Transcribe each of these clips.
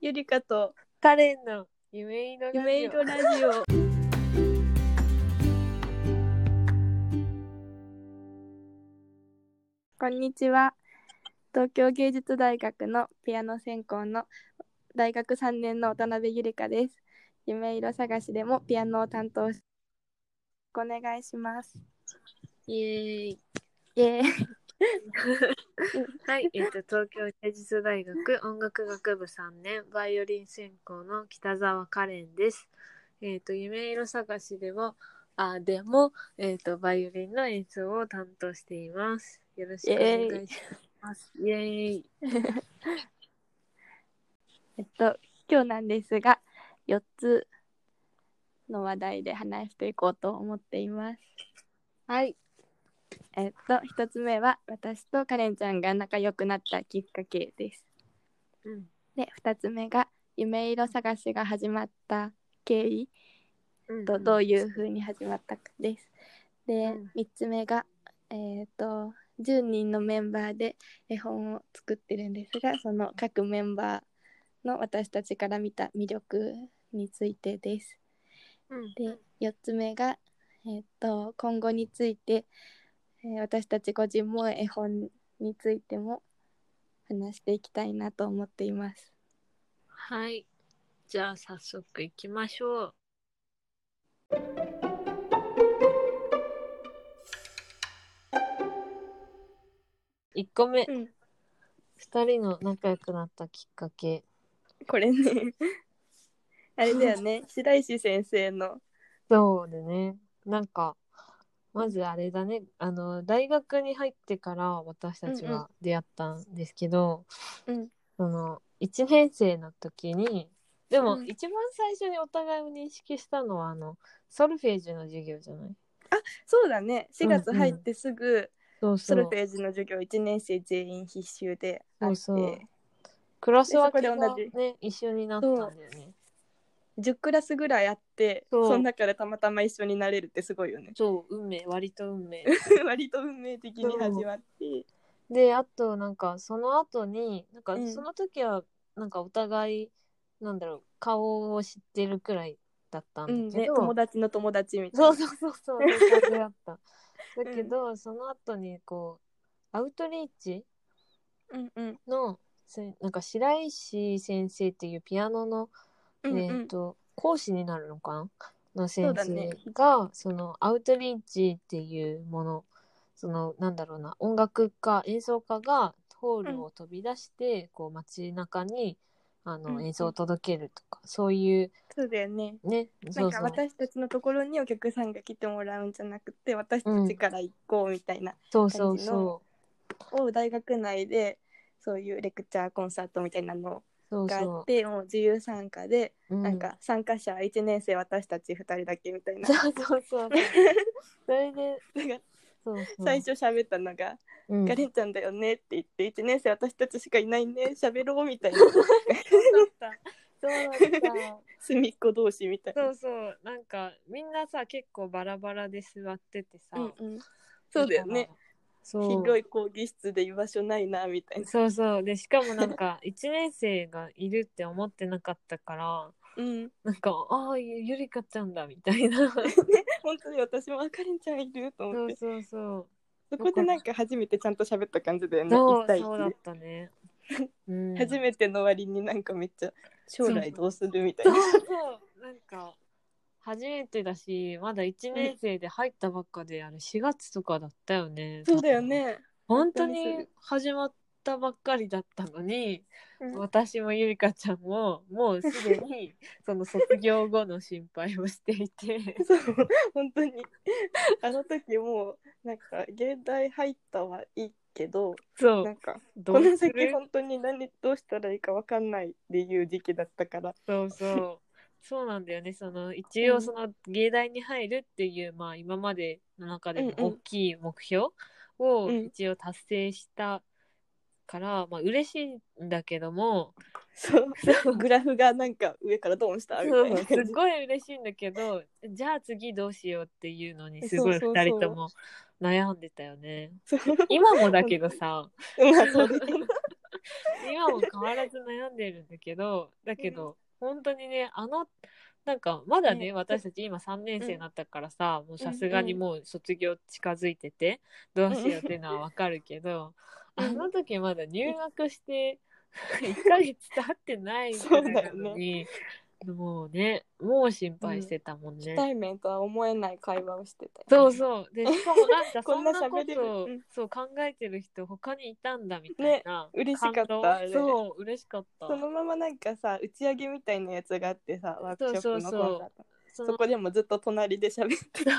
ゆりかとカレンの夢色ラジオ夢色ラジオ。こんにちは。東京芸術大学のピアノ専攻の大学3年の渡辺ゆりかです。夢色探しでもピアノを担当し、お願いします。イエーイイエーイはい、えっと、東京芸術大学音楽学部3年バイオリン専攻の北澤カレンです。えっと、夢色探しでも、あ、でも、えっと、バイオリンの演奏を担当しています。よろしくお願いします。イエーイ。えっと、今日なんですが、4つの話題で話していこうと思っています。はい。えっと、1つ目は、私とカレンちゃんが仲良くなったきっかけです。うん。で、2つ目が、夢色探しが始まった経緯うんとどういう風に始まったかです。でうん、 3つ目が、えっと、10人のメンバーで絵本を作ってるんですが、その各メンバーの私たちから見た魅力についてです。うんで4つ目が、えーっと今後について、えー私たち個人も絵本についても話していきたいなと思っています。はい。じゃあ、早速行きましょう。1個目、うん、 2人の仲良くなったきっかけ。これ ねあれだよね白石先生の。そうでね、なんか、まずあれだね、あの、大学に入ってから私たちうんうんは出会ったんですけど、うんその、1年生の時に、でも、うん一番最初にお互いを認識したのは、あの、ソルフェージュの授業じゃないそうだね4月うんうん入ってすぐそうソそルうフ。ェージの授業1年生全員必修であっそてうそうクラス分けでそがこでね、一緒になったんだよね。 10クラスぐらいあってそうその中でたまたま一緒になれるってすごい よねそう、運命、割と運命。割と運命的に始まってで、あと、なんか、その後に、なんかう、んその時は、なんか、お互い、なんだろう、顔を知ってるくらいだったうんんだけね、ど、友達の友達みたいなそうそうそうそう、そういう感じ だった。だけど、その後に、こう、アウトリーチうんうんの、せなんか、白石先生っていうピアノのうんえっ、うんと講師になるのかなの先そうだね生がそ,、のアウトリーチっていうものそのなんだろうな音楽家演奏家がホールを飛び出して、こう街中にあうんのうん演奏を届けるとか、そういうそうだよねねなそんうかそう私たちのところにお客さんが来てもらうんじゃなくて私たちから行こうみたいな、そうそ感うじのそを大学内でそういうレクチャーコンサートみたいなのうそうがあっそてもう自由参加で、うなんか参加者1年生私たち2人だけみたいうんな、 そうそう そうそれでなんかそうそう最初喋ったのがう「んガレンちゃんだよね」って言って「1年生私たちしかいないね喋ろう」みたいなそうだった そうだった隅っこ同士みたいなそうそうなんかみんなさ結構バラバラで座っててさ、うんうん、そうだよねそう広い講義室で居場所ないなみたいな。そうそうでしかもなんか 1年生がいるって思ってなかったからうんなんかああゆゆりかちゃんだみたいなそう 本当に私もあかりんちゃんいると思ってそうそうそこでなんか初めてちゃんと喋った感じ だよねそう一対一そうだったね、うん、初めての割になんかめっちゃ将来どうするみたいそうなそうなんか初めてだしまだ1年生で入ったばっかで、あれ4月とかだったよねそうだよね本当本当にに始まったばっかりだったのに、うん私もゆりかちゃんももうすでに その卒業後の心配をしていてそう本当にあの時もうなんか芸大入ったはいいけどそなうんかどこのうす先る本当に何どうしたらいいか分かんないっていう時期だったからそうそうそうなんだよねその一う応んその芸大に入るっていう、まあ今までの中でもうんう大んきい目標をうん一応達成したから、まあ嬉しいんだけどもそうグラフがなんか上からドンしたみたいそうなす感じごい嬉しいんだけどじゃあ次どうしようっていうのにすそうごいそうそう2人とも悩んでたよねそう今もだけどさまあそうだけど今も変わらず悩んでるんだけどだけど、本当にねあのなんかまだねね私たち今3年生になったからさ、もうさすがにもう卒業近づいててどうしようっていうのはわかるけど、うんあの時まだ入学して1ヶ月経ってないぐらいなのに、もうねもう心配してたもんね。初対面とは思えない会話をしてたよそうそう。で、しかもなんかそ こんんななこ喋れるとをうんそう考えてる人他にいたんだみたいな。嬉しかった感動あれそう、嬉しかった。そのままなんかさ打ち上げみたいなやつがあってさワークショップのそうそうそう今度あったそそのこでもずっと隣で喋 ってた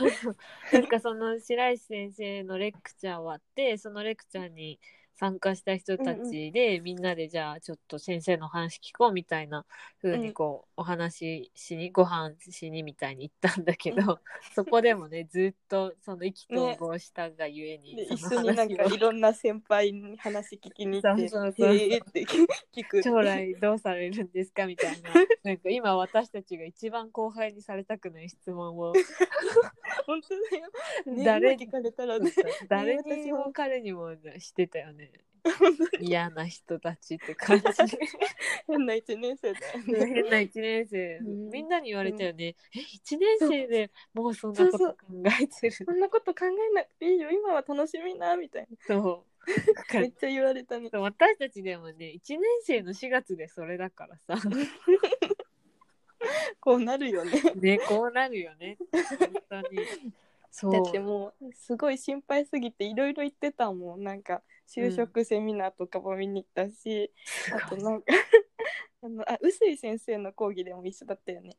なんかその白石先生のレクチャー終わって、そのレクチャーに参加した人たちで、みんなでじゃあちょっと先生の話聞こうみたいな風にこう、お話ししに、ご飯しにみたいに行ったんだけど、うそこでもね、ずっとその意気投合したがゆえに、でそ一の緒になんか 話をいろんな先輩に話聞きに行ってそうそうそうへえって聞く将来どうされるんですかみたいななんか今私たちが一番後輩にされたくない質問を 本当だよ誰誰聞かれたらね 誰にも彼にもしてたよ ね嫌な人たちって 感じ変な一年生だよね変な1年生、うんみんなに言われたよね、え1年生でもうそんなことそうそ考うえてるそんなこと考えなくていいよ今は楽しみなみたい となめっちゃ言われたね私たちでもね1年生の4月でそれだからさ こうなるよねねこうなるよね本当にそうだってもうすごい心配すぎていろいろ言ってたもんなんか就職セミナーとかも見に行ったし、あとなんか あのあ臼井先生の講義でも一緒だったよね、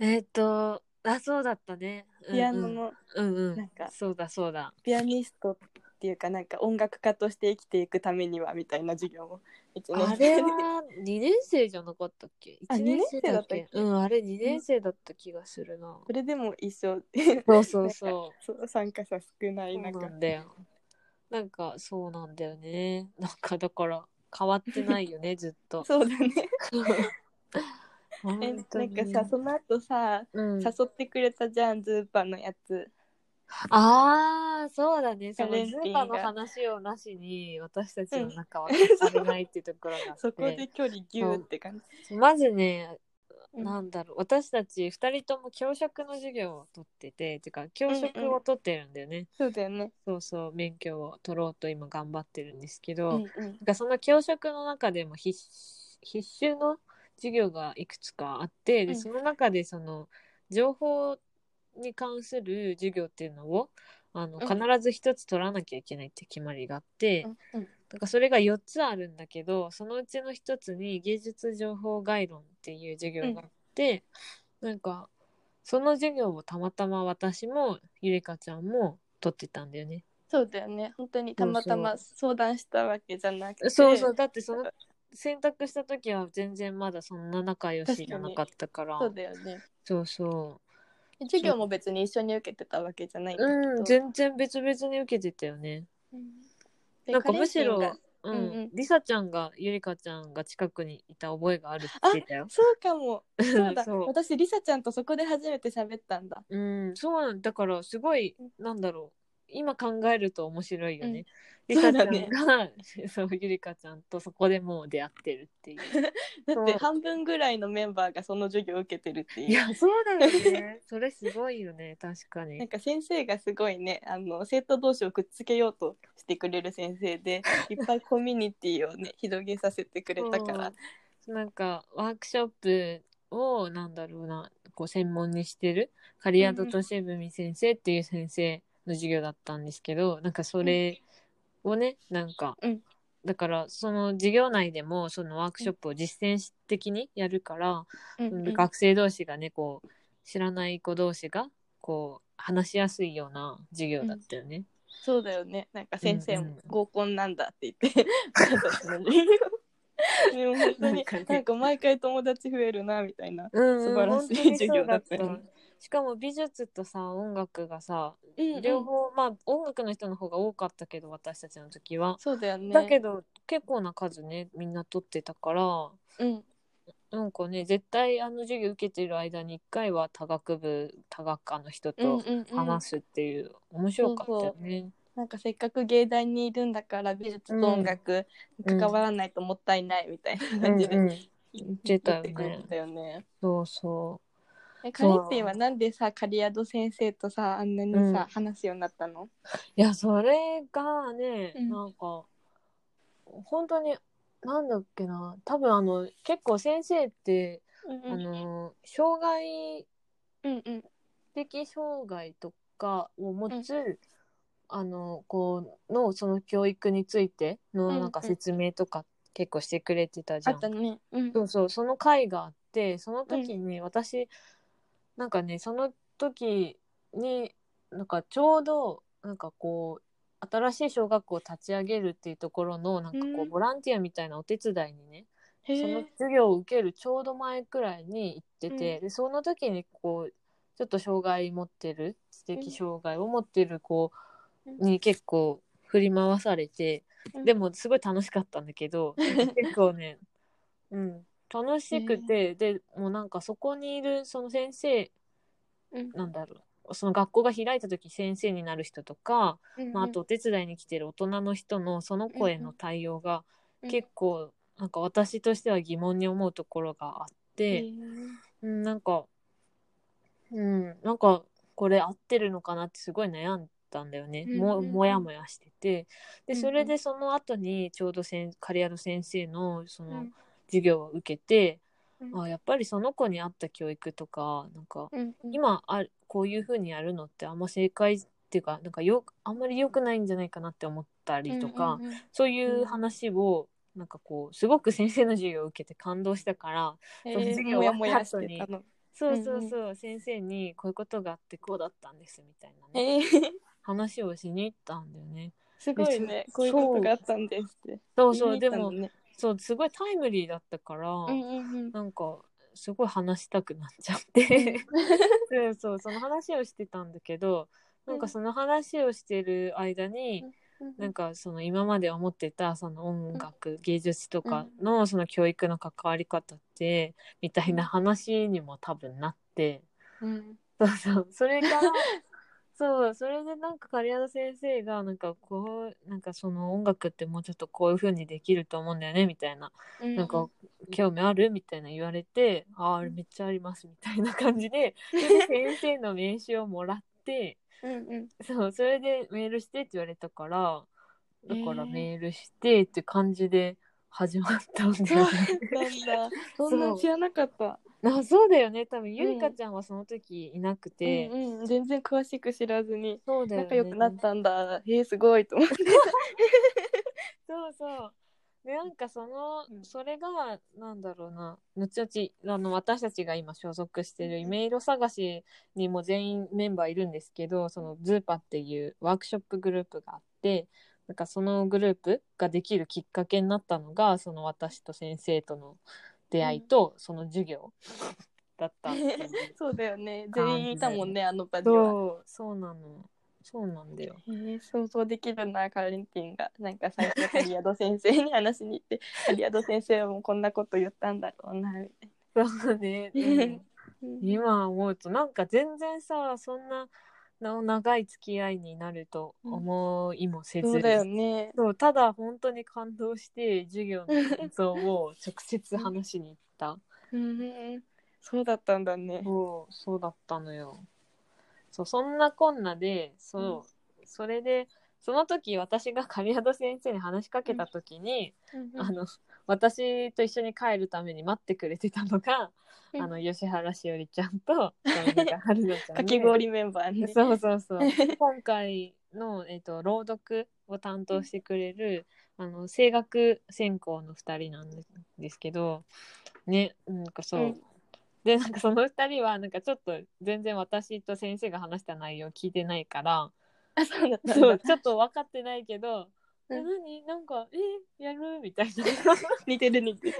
えっ、と、あ、そうだったね。うんうんピアノ。のうんうん。なんかそうだそうだ。ピアニストっていうかなんか音楽家として生きていくためにはみたいな授業も一あ年れ生では2年生じゃなかったっけあ ?1 年生だっ二年生だっけたっけうん、あれ2年生だった気がする な。それでも一緒 そうそうそそう参加者少なう。いそう中なんだよ。なんかそうなんだよね。なんかだから変わってな いよね、ずっと。そうだねえ本当なんにかさその後さうん、誘ってくれたじゃんズーパーのやつああ、そうだね。そのカレンズティンがーパの話をなしに私たちの中 は語れないっていうところがあって。そこで距離ギューって感じ、まずね、うんなんだろう私たち2人とも教職の授業を取ってててか教職を取ってるんだよね、そうだよねそうそう免許を取ろうと今頑張ってるんですけど、うなんんうんかその教職の中でも必必修の授業がいくつかあってでうんその中でその情報に関する授業っていうのをあのうん必ず1つ取らなきゃいけないって決まりがあって、うんなんかそれが4つあるんだけどそのうちの1つに芸術情報概論っていう授業があって、なんかその授業をたまたま私もゆりかちゃんも取ってたんだよね。そうだよね本当にたまたま相談したわけじゃなくてそうそうだってその選択した時は全然まだそんな仲良しじゃなかったからそうだよねそうそ授業も別に一緒に受けてたわけじゃないんうだうんけど、全然別々に受けてたよね。うん、でなんかカレむンしティンろが、ううんんうんりさちゃんがゆりかちゃんが近くにいた覚えがあるって言ってたよ。そうかもそうだ そう私リサちゃんとそこで初めて喋ったんだうん、そうなんだからすごいうんなんだろう今考えると面白いよね。うんりさちゃんそうがそうゆりかちゃんとそこでもう出会ってるっていう。だっそうて半分ぐらいのメンバーがその授業を受けてるっていういやそうだよ ね。それすごいよね確なかんに。か先生がすごいねあの生徒同士をくっつけようとしてくれる先生でいっぱいコミュニティをね広げさせてくれたから、うんなんかワークショップをなんだろうなこう専門にしてるカリアドトシェブミ先生っていう先生の授業だったんですけどなんかそれをねなんか、うんだからその授業内でもそのワークショップを実践的にやるから、うんうん学生同士がねこう知らない子同士がこう話しやすいような授業だったよね。そうだよねなんか先生うんうもん合コンなんだって言って、 私たちの授業でも本当 なんにかねなんか毎回友達増えるなみたいなうん素晴らしい授業だったよねしかも美術とさ音楽がさうんうん両方、まあ音楽の人の方が多かったけど私たちの時は、そうだよねだけど結構な数ねみんな取ってたからうんなんかね絶対あの授業受けてる間に1回は多学部多学科の人うんとうんうん話すっていう、面白かったよね。なんかせっかく芸大にいるんだから美術と音楽うん関わらないともったいないみたいなう感んじでうん、言ってた言っよてくるねん。だよね。そうそえカリッピーはなんでさカリアド先生とさあんなにさ、うん話すようになったのう。いや、それがね、うんなんか、本当に、なんだっけな、多分あの、結構先生って、うんあの、障害、うんうん知的障害とかを持つ、うあのこうのその教育についてうんうのんなんか説明とか結構してくれてたじあゃん。ったね。うんそうそうその会があってその時に私、なんかねその時になんかちょうどなんかこう新しい小学校を立ち上げるっていうところのなんかうこうんボランティアみたいなお手伝いにね、へその授業を受けるちょうど前くらいに行ってて、でその時にこうちょっと障害持ってる知的障害を持ってる子に結構振り回されて、うんでもすごい楽しかったんだ けど結構ね、うん、楽しくて、でもうなんかそこにいるその先生うんなんだろうその学校が開いた時先生になる人とか、まあ、あとお手伝いに来てる大人の人のその子への対応が結構なんか私としては疑問に思うところがあって、うん、なんかうんなんかこれ合ってるのかなってすごい悩んだんだよね、うもんうんうんもやもやしててうんうでんそれでその後にちょうどせんカリアド先生のそうんうのん授業を受けうんて、あやっぱりその子に合った教育とかなんかうんうん今あこういう風にやるのってあんま正解っていうかなんかよあんまり良くないんじゃないかなって思ったりとか、うんうんうんそういう話を、なんかこう、すごく先生の授業を受けて感動したから、えそのー授業も終やわもったやし後にてたの。そうそうそう、先生にこういうことがあってこうだったんですみたいなね、えー、話をしに行ったんだよね。すごいねそうこういうことがあったんですって。そうそう、言でいに行ったもん、だねそう、すごいタイムリーだったから、うんうんうんなんか、すごい話したくなっちゃ って、そうそう、その話をしてたんだけど、なんかその話をしてる間に、なんかその今まで思ってたその音楽、芸術とかのその教育の関わり方ってみたいな話にも多分なって、うんそう そうそれからそうそれでなんか刈谷先生がなんかこうなんかその音楽ってもうちょっとこういう風にできると思うんだよねみたいな、うんなんか興味あるみたいな言われて、ああめっちゃありますみたいな感じでそれで先生の名刺をもらって。うんうんそう、それでメールしてって言われたから、だからえーメールしてって感じで始まったんだそうよね。 なんだそんな知らなかった。あそうだよね。多分、ゆいかうんちゃんはその時いなくうて、んうん全然詳しく知らずにそうだよね。仲良くなったんだ。えー、すごいと思って。そうそう。で、なんかその、うんそれが、なんだろうな、後々、あの、私たちが今所属してるイメイロ探しにも全員メンバーいるんですけど、そのズーパっていうワークショップグループがあって、なんかそのグループができるきっかけになったのが、その私と先生との出会いと、その授業 だったっ ていう。そうだよね感じ全員いたもんねあの場には。そう、そうなの。そうなんだよ。えー、想像できるなカレンティンがなんか最初カリアド先生に話しに行 ってカリアド先生はもうこんなこと言ったんだろうなみたいそうね。 うんな。今思うとなんか全然さそんなな長い付き合いになると思いもせず、そうだよね。そうただ本当に感動して授業の感想を直接話しに行ったうんそうだったんだね。そうそうだったのよそうそんなこんなでそう、それでその時私が狩宿先生に話しかけた時に、あの私と一緒に帰るために待ってくれてたのが、うんあの吉原しおりちゃんと富永春菜ち ゃんでかき氷メンバーね。そうそ うそう。今回の、えっと朗読を担当してくれる、あの声楽専攻の2人なんですけどねなんかそう、うんでなんかその2人はなんかちょっと全然私と先生が話した内容聞いてな いからあそうだったんそだうちょっと分かってないけど。うえん何なんか「えやる?」みたいな多分似てる似てる。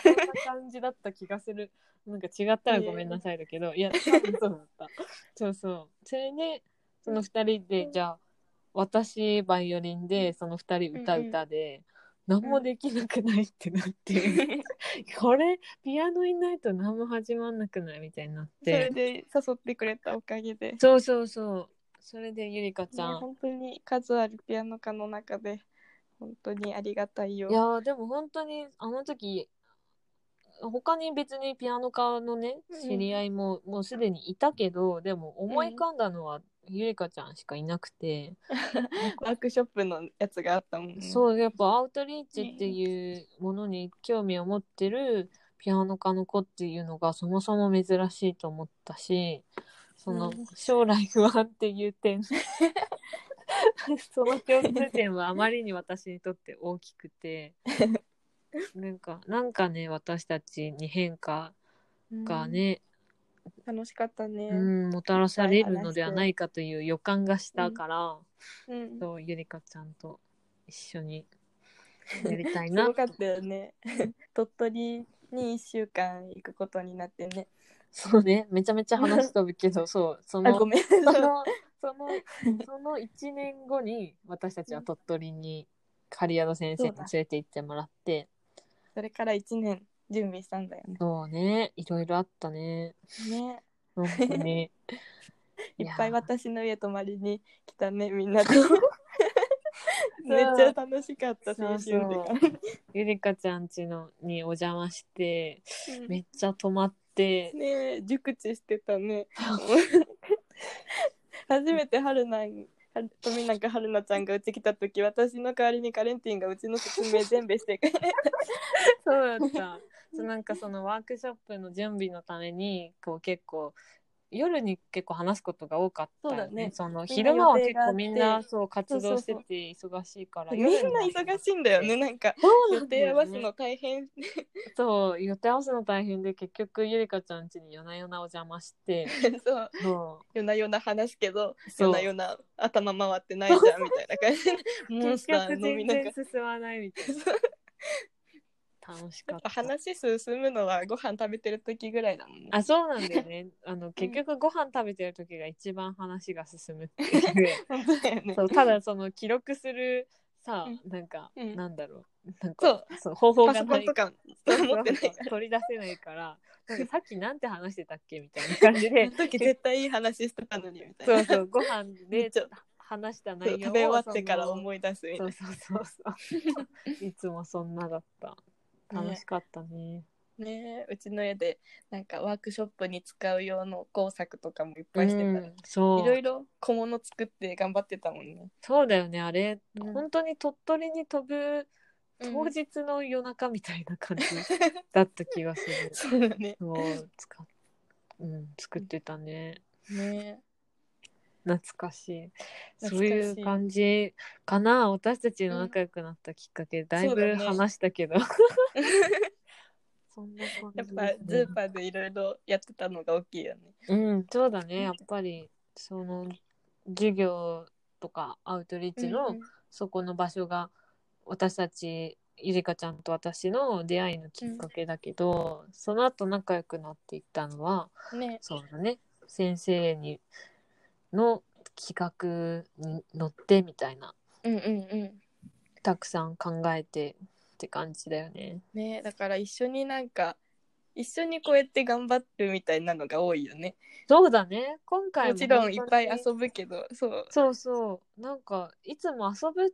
そんな感じだった気がするなんか違ったらごめんなさいだけど、いや多分そうだったそうそうそれでその2人で、じゃあ私バイオリンでその2人歌歌で、何もできなくないってなって、 これピアノいないと何も始まんなくないみたいになっそれてで誘ってくれたおかげで。そうそうそうそれでゆりかちゃん、本当に数あるピアノ科の中で本当にありがたいよいやーでも本当にあの時他に別にピアノ科のねうん知り合いも、もうすでにいたけどでも思い浮かんだのはゆりかちゃんしかいなくて、ワークショップのやつがあったもん、ね、うそうやっぱアウトリーチっていうものに興味を持ってるピアノ科の子っていうのがそもそも珍しいと思ったしそのうん将来不安っていう点、 その共通点はあまりに私にとって大きく てなんかなんかね私たちに変化がね、うん楽しかったねうんもたらされるのではないかという予感がしたから、うんそうゆりかちゃんと一緒にやりたいすなごかったよね 鳥取に1週間行くことになってねそうね、めちゃめちゃ話飛ぶ けど、そう、そあの、ごそめんの、その、その1年後に、私たちは鳥取に、狩宿先生に連れて行ってもらって、 それから1年準備したんだよねそうね、いろいろあったね、ね本当に。 いっぱいや私の家泊まりに来たねみんなで めっちゃ楽しかったそう青春時そ間ゆりかちゃんちのにお邪魔して、うんめっちゃ泊まっ て、ねえ熟知してたね 初めて春菜は富永春菜ちゃんがうち来た時私の代わりにカレンティンがうちの説明全部して くれそうだ った。そうなんかそのワークショップの準備のためにこう結構夜に結構話すことが多かったよそうだねそのみんな昼間は結予定があっ構てみんなそう活動してそうて忙しいからみんな忙しいんだよねなんかそうな予んだ定合よわねすの大変 そう予定合わせの大変で結局ゆりかちゃん家に夜な夜なお邪魔してそうそ夜な夜な話すけどうそ夜うな夜な頭回ってないじゃんみたいな感 じでモンス結ター局飲みな全がら然進まないみたいな楽しかった話進むのはご飯食べてる時ぐらいだもんねあそうなんだよねあの結局ご飯食べてる時が一番話が進むっていう 本当だよねそうただその記録するさうんなんか、うんなんだろうなんかそう方法パがソコなンいとかそうそう持ってないから取り出せないからなんかさっきなんて話してたっけみたいな感じあでの時絶対いい話してたのにみたいそうなそうご飯 でちょ話したそう内容食べ終わってからその思い出すみたそいうなそうそう そういつもそんなだった楽しかったねねえうちの家でなんかワークショップに使う用の工作とかもいっぱいしてたうらんそういろいろ小物作って頑張ってたもんねそうだよねあれ、うん本当に鳥取に飛ぶ当うん日の夜中みたいな感じだった気がする、そうだねそう使っ、うん、作ってたね。ね懐かしい。懐そうかしいいう感じかな。私たちの仲良くなったきっかけ、だいそうだぶね話したけど。そんな感やっじぱですねズーパーでいろいろやってたのが大きいよねうん、そうだね。やっぱり、その、授業とかアウトリーチの、そこの場所が、私たち、ゆりかちゃんと私の出会いのきっかけだけど、その後仲良くなっていったのは、うんねそうだね先生にの企画に乗ってみたいなうんうんうんたくさん考えてって感じだよね。ねだから一緒になんか一緒にこうやって頑張るみたいなのが多いよねそうだね今回もちろんいっぱい本当に遊ぶけどそうそうそうなんかいつも遊ぶ遊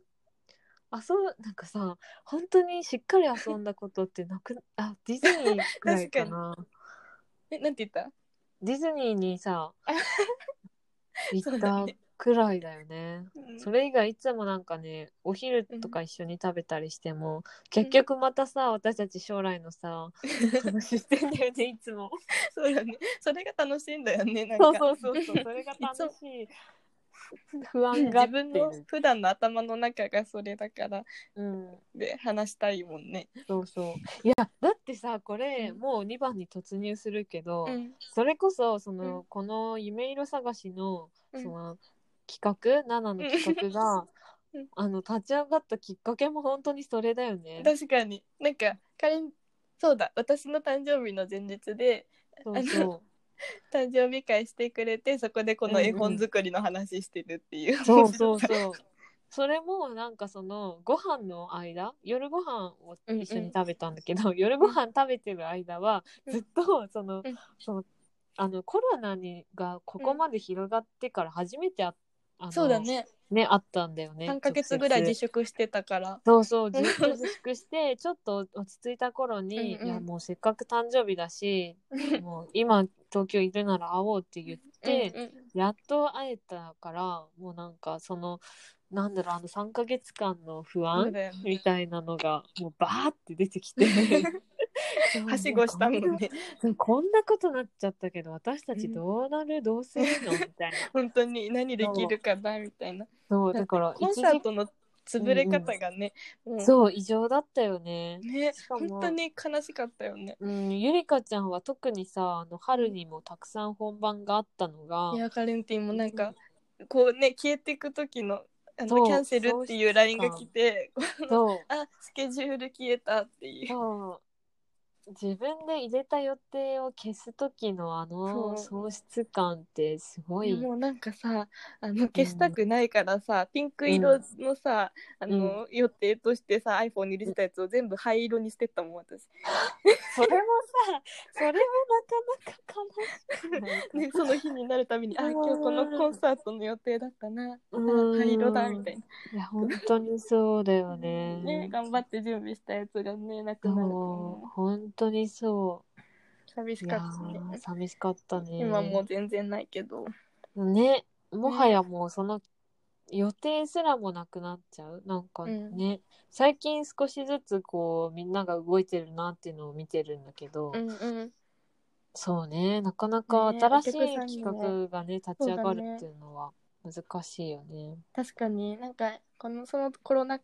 ぶなんかさ本当にしっかり遊んだことってなくあディズニーくらいかなえなんて言っディズニーにさ 行そうっだたねくらいだよね。た、うんそれ以外いつもなんかねお昼とか一緒に食べたりしても、結局またさ私たち将来 のさ話してんだよねいつもそうだねそれが楽しいんだよねなんかそうそうそうそうそれが楽しい不安が自っ分てるの普段の頭の中がそれだからうんで話したいもんね。そうそういやだってさこれ、うんもう2番に突入するけど、うんそれこそそうの、んこの夢色探しのうんその企画7の企画が、 うんあの立ち上がったきっかけも本当にそれだよね。確かになんかカレンそうだ私の誕生日の前日でそうそう誕生日会してくれてそこでこの絵本作りの話してるっていう。そうそうそう。それもなんかそのご飯の間夜ご飯を一緒に食べたんだけど、 夜ご飯食べてる間はうんずっとその,、うんそのあのコロナにがここまで広がってから初めて会っあ のそうだ。ねね、あったんだよね。 3ヶ月ぐらい直自接粛してたからそうそう、ずっと自粛して、ちょっと落ち着いた頃に、うんうんいや、もうせっかく誕生日だし、もう今、東京いるなら会おうって言って、うんうんやっと会えたから、もうなんか、その、なんだろう、あの3ヶ月間のそ不う安だよねみたいなのが、もうバーって出てき て。そうはしごしたもんね。そうこんなことなっちゃったけど、私たちどうなる、どうするのみたいな。 本当に何できるかなみたいなそう、だから、コンサートの潰れ方がね、もうそう、異常だったよね。ねしかも本当に悲しかったよねうん、ゆりかちゃんは特にさ、あの春にもたくさん本番があったのがい、やカレンティンもなんかこうね消えていく時のあそうのキャンセルっていうラインが来てそう、あスケジュール消えたっていうそう、自分で入れた予定を消す時のあのそ喪失感ってすごい。もうなんかさあの消したくないからさ、ピンク色のさ、あの予定としてさ iPhone に入れてたやつを全部灰色にしてったもん 私、それもさ、それもなかなか悲しくない かね、その日になるたび にあうん今日このコンサートの予定だったなうん灰色だみたいな、いや、本当にそうだよね。ね、頑張って準備したやつがねなくなるそう、本当にそ寂しう。いかやったねー、寂しかったね。今もう全然ないけどね、もはやもうその予定すらもなくなっちゃう。なんかね、最近少しずつこうみんなが動いてるなっていうのを見てるんだけど、うんうんそうね、なかなかね新しいお客さんに企も画がね、立ち上がそうだるねっていうのは難しいよね。確かになんかこのそのコロナ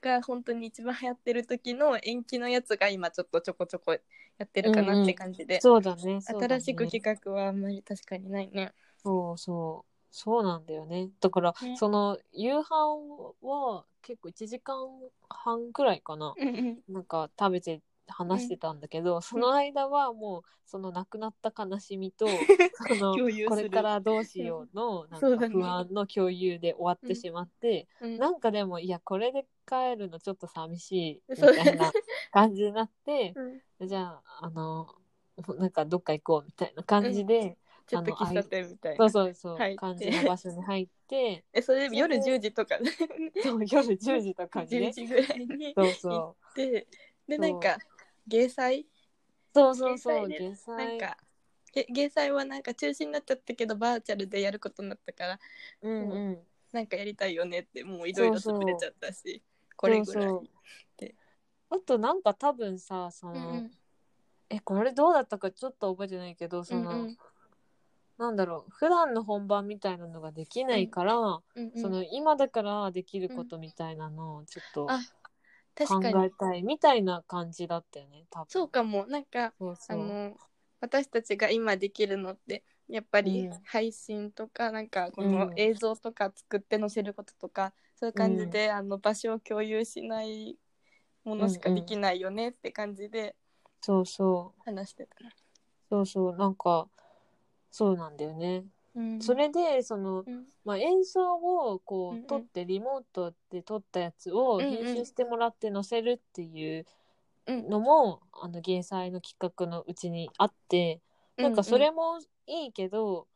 が本当に一番流行ってる時の延期のやつが今ちょっとちょこちょこやってるかなって感じで、そうだね、そうだね新しく企画はあんまり確かにないね。そうそう。そうなんだよね。だから、ねその夕飯は結構1時間半くらいかな。うんうんなんか食べて話してたんだけど、その間はもうその亡くなった悲 しみとその共有するこれからどうしようのなんそうかだね不安の共有で終わってしまって、うんなんかでもいやこれで帰るのちょっと寂しいみそうたいな感じになってうんじゃああのなんかどっか行こうみたいな感じで、ちょっと喫茶店みたいそうな。そうそう、入って感じの場所に入ってえそれ夜10時とかねそう夜10時とかに 10ね時ぐらいにそうそうででそうなんか芸祭そうそうそう芸祭でなん芸祭かげ芸祭はなんか中止になっちゃったけどバーチャルでやることになったからうんうんなんかやりたいよねってもういろいろそうそう潰れちゃったしこれぐらい。そうそうであとなんか多分さその、うんうんえこれどうだったかちょっと覚えてないけどその、うんうんなんだろう普段の本番みたいなのができないから、うんうんその今だからできることみたいなのをちょっとあ考確かにえたいみたいな感じだったよね多分そうかもなんかそうあそうの私たちが今できるのってやっぱりうん配信とか、なんかこうのん映像とか作って載せることとか、そういう感じで、あの場所を共有しないものしかできないよねって感じでそうそう話してたな。そうそうなんかそうなんだよね、うんそれでその、うんまあ、演奏をこうんうんう撮ってリモートで撮ったやつをうんうん編集してもらって載せるっていううんのも、あの芸祭の企画のうちにあってなんかそうんうれもいいけど、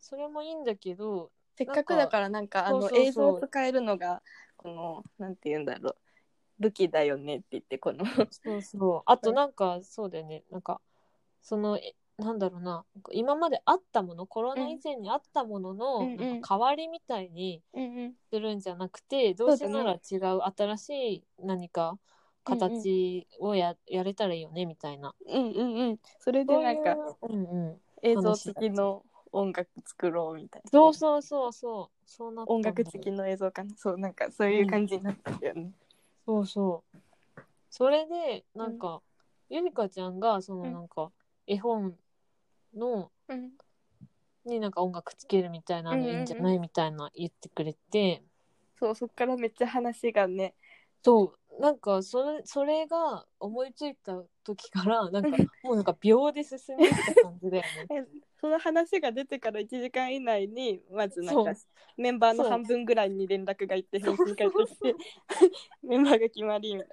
それもいいんだけどせっかくだからなんかあのそうそうそう映像を使えるのがこのなんて言うんだろう武器だよねって言ってこのそうそうあとなんかそうだよねなんかそのえなんだろうな今まであったものコロナ以前にあったものの、うんうんなんか代わりみたいにうん、うん、するんじゃなくてどうせなら違う新しい何か形をや,、やれたらいいよねみたいな。うんうんうんそれでなんかそういううんうん、映像付きの音楽作ろうみたいなそうそうそうそうそうなったん音だ楽付きの映像かなそうなんかそういう感じになったんだよね、そうそうそれでなんか、ゆりかちゃんがそのなんか絵本のうん、になんか音楽つけるみたいなのいいんじゃない、みたいな言ってくれてそうそっからめっちゃ話がねそうなんかそれそれが思いついた時からなん かもうなんか秒で進んでった感じだよね。えその話が出てから1時間以内にまずなんかそメンバーのそう半分ぐらいに連絡がいって返信がそうってき てメンバーが決まりみたい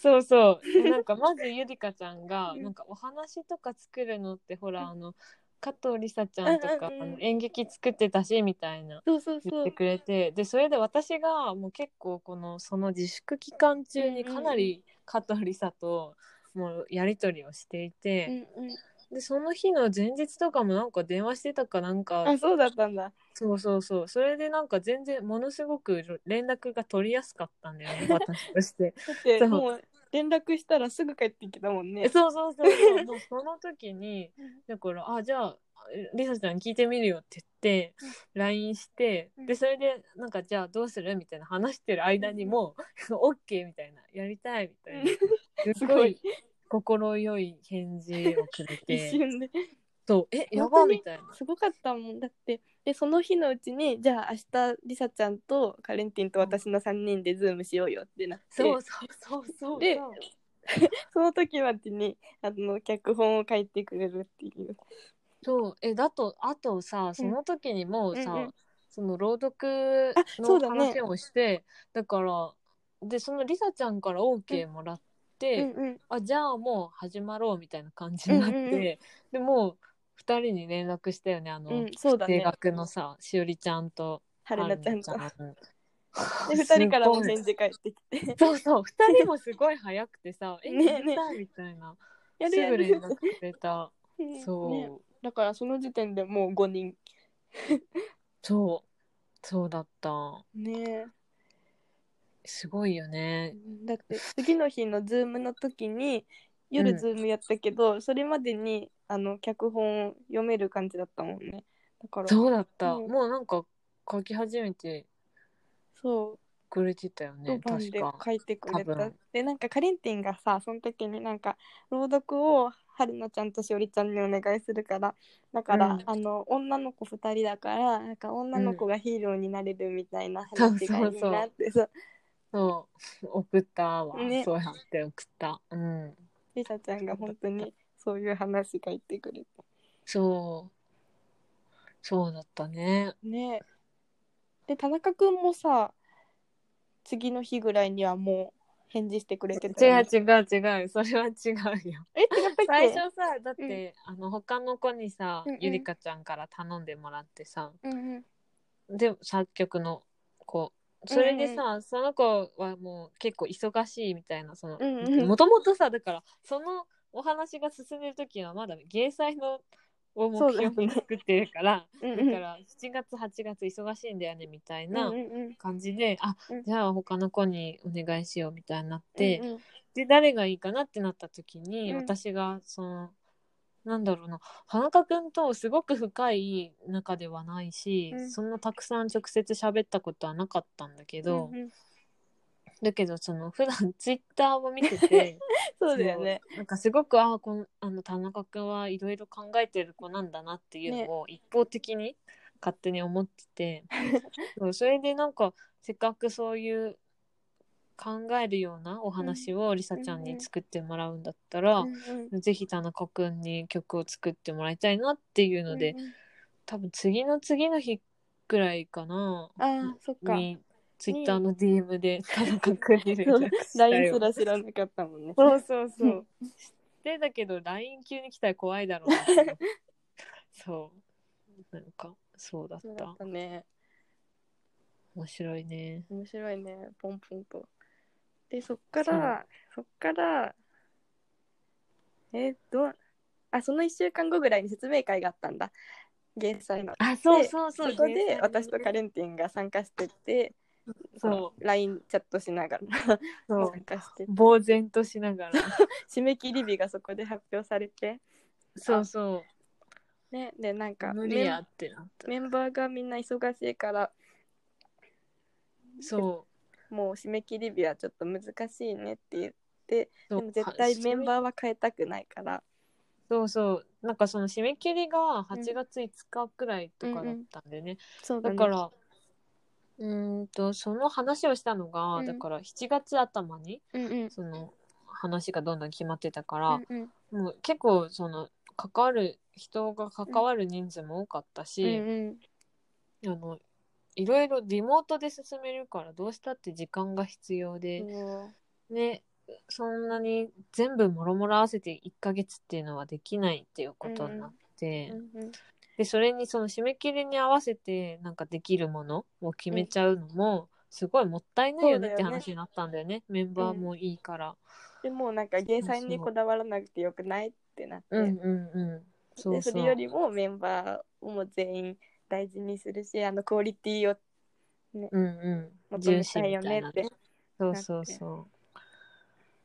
そうそう。でなんかまずゆりかちゃんがう、んなんかお話とか作るのってほら、あの、加藤梨沙ちゃんとか、うんうんうんあの演劇作ってたしみたいなそうそう言そっうてくれてでそれで私がもう結構このその自粛期間中にかなり加藤梨沙ともうやり取りをしていて。うんうんでその日の前日とかもなんか電話してたかなんかあそうだったんだそうそうそうそれでなんか全然ものすごく連絡が取りやすかったんだよね私としてだってそうもう連絡したらすぐ帰ってきたもんねそうそうそうそうもうその時にだからあじゃありさちゃん聞いてみるよって言って LINE してうんでそれでなんかじゃあどうするみたいな話してる間にもう OK みたいなやりたいみたいなすごい快い返事をく れ一て瞬でそうえや本ば当にみたいなすごかったもんだってでその日のうちにじゃあ明日リサちゃんとカレンティンと私の3人でズームしようよってなってそうそうそうそうでそうその時までにあの脚本を書いてくれるっていうそうえだとあとさその時にもうさ、うんうんその朗読あそうだのね話をしてだ,、からでそのりさちゃんから OK もらっうて、んうんあじゃあもう始まろうみたいな感じになって、うんうんうんでもう2人に連絡したよねあの、うんそうだね声楽のさしおりちゃんと春菜ちゃんとはるなちゃ んで2人からもすごい返事返ってきて「そうそう2人もすごい早く てさ「えねやねりたい」みたいな、やるすやぐる連絡くれたそう、 ねだからその時点でもう5人そうそうだったねすごいよねだって次の日のズームの時にう夜んズームやったけど、それまでにあの脚本を読める感じだったもんねだからそうだった、うんもうなんか書き始めてそうくれてたよね一晩確でか書いてくれ多た分でなんかカレンティンがさその時になんか朗読を春菜ちゃんとしおりちゃんにお願いするからだから、うんあの女の子2人だからなんか女の子がヒーローになれるみたいな話がいいなってさそう送ったわ、ねそうやって送ったうんりさちゃんが本当にそういう話書いてくれたそうそうだったねねで田中君もさ次の日ぐらいにはもう返事してくれてた違うよね、違う違うそれは違うよえ違ったっけ最初さだって、あの他の子にさ、うんうんゆりかちゃんから頼んでもらってさうんうんで作曲の子それでさ、その子はもう結構忙しいみたいなそのうんうんもともとさだからそのお話が進んでる時はまだ芸祭のを目標に作ってるからうんだ,、うんから7月8月忙しいんだよねみたいうんなうん感じで、あうんじゃあ他の子にお願いしようみたいになって、うんうんで誰がいいかなってなった時に、うん私がそのなんだろうな田中君とすごく深い仲ではないし、うんそんなたくさん直接喋ったことはなかったんだけど、うんうんだけどその普段ツイッターを見ててそうだよねそのなんかすごくあこのあの田中君はいろいろ考えてる子なんだなっていうのを一方的に勝手に思って て、そうそれでなんかせっかくそういう考えるようなお話をりさちゃんに作ってもらうんだったら、うんうんぜひ田中君に曲を作ってもらいたいなっていうので、多分次の次の日くらいかなうんうん、ああそっかにツイッターの DM で田中君に連絡したよ LINE すら知らなかったもんねそうそうそうう。でだけど LINE 急に来たら怖いだ ろうなって思ってそう。なんかそうだっそうだたっ。たね面白いね。面白いねポンポンとでそっからそっからえっとあその1週間後ぐらいに説明会があったんだ芸祭のあそそううそそうそう。そこで私とカレンティンが参加しててそう LINE チャットしながらそう参加して呆然としながら。締め切り日がそこで発表されてそうそねでなんかう。無理やってなった。メンメンバーがみんな忙しいからそもう締め切り日はちょっと難しいねって言ってう。でも絶対メンーバーは変えたくないからそうそうなんかその締め切りが8月5日くらいとかだったんだよね、そうだからうーんとその話をしたのが、うんだから7月頭にうんうんその話がどんどん決まってたかうらん、うんもう結構その関わる人が関わる人数も多かったうし、んあのいろいろリモートで進めるからどうしたって時間が必要うで、んねそんなに全部もろもろ合わせて1ヶ月っていうのはできないっていうことになって、うんでそれにその締め切りに合わせてなんかできるものを決めちゃうのもすごいもったいないよねっそてうだよね話になったんだよねメンバーもいいから。でもうなんか芸祭にこだわらなくてよくないってなって、うんうんそでうそそうれよりもメンバーをも全員大事にするしあのクオリティをうんうん、求重め視たいみよたねいっなてね。そうそうそう。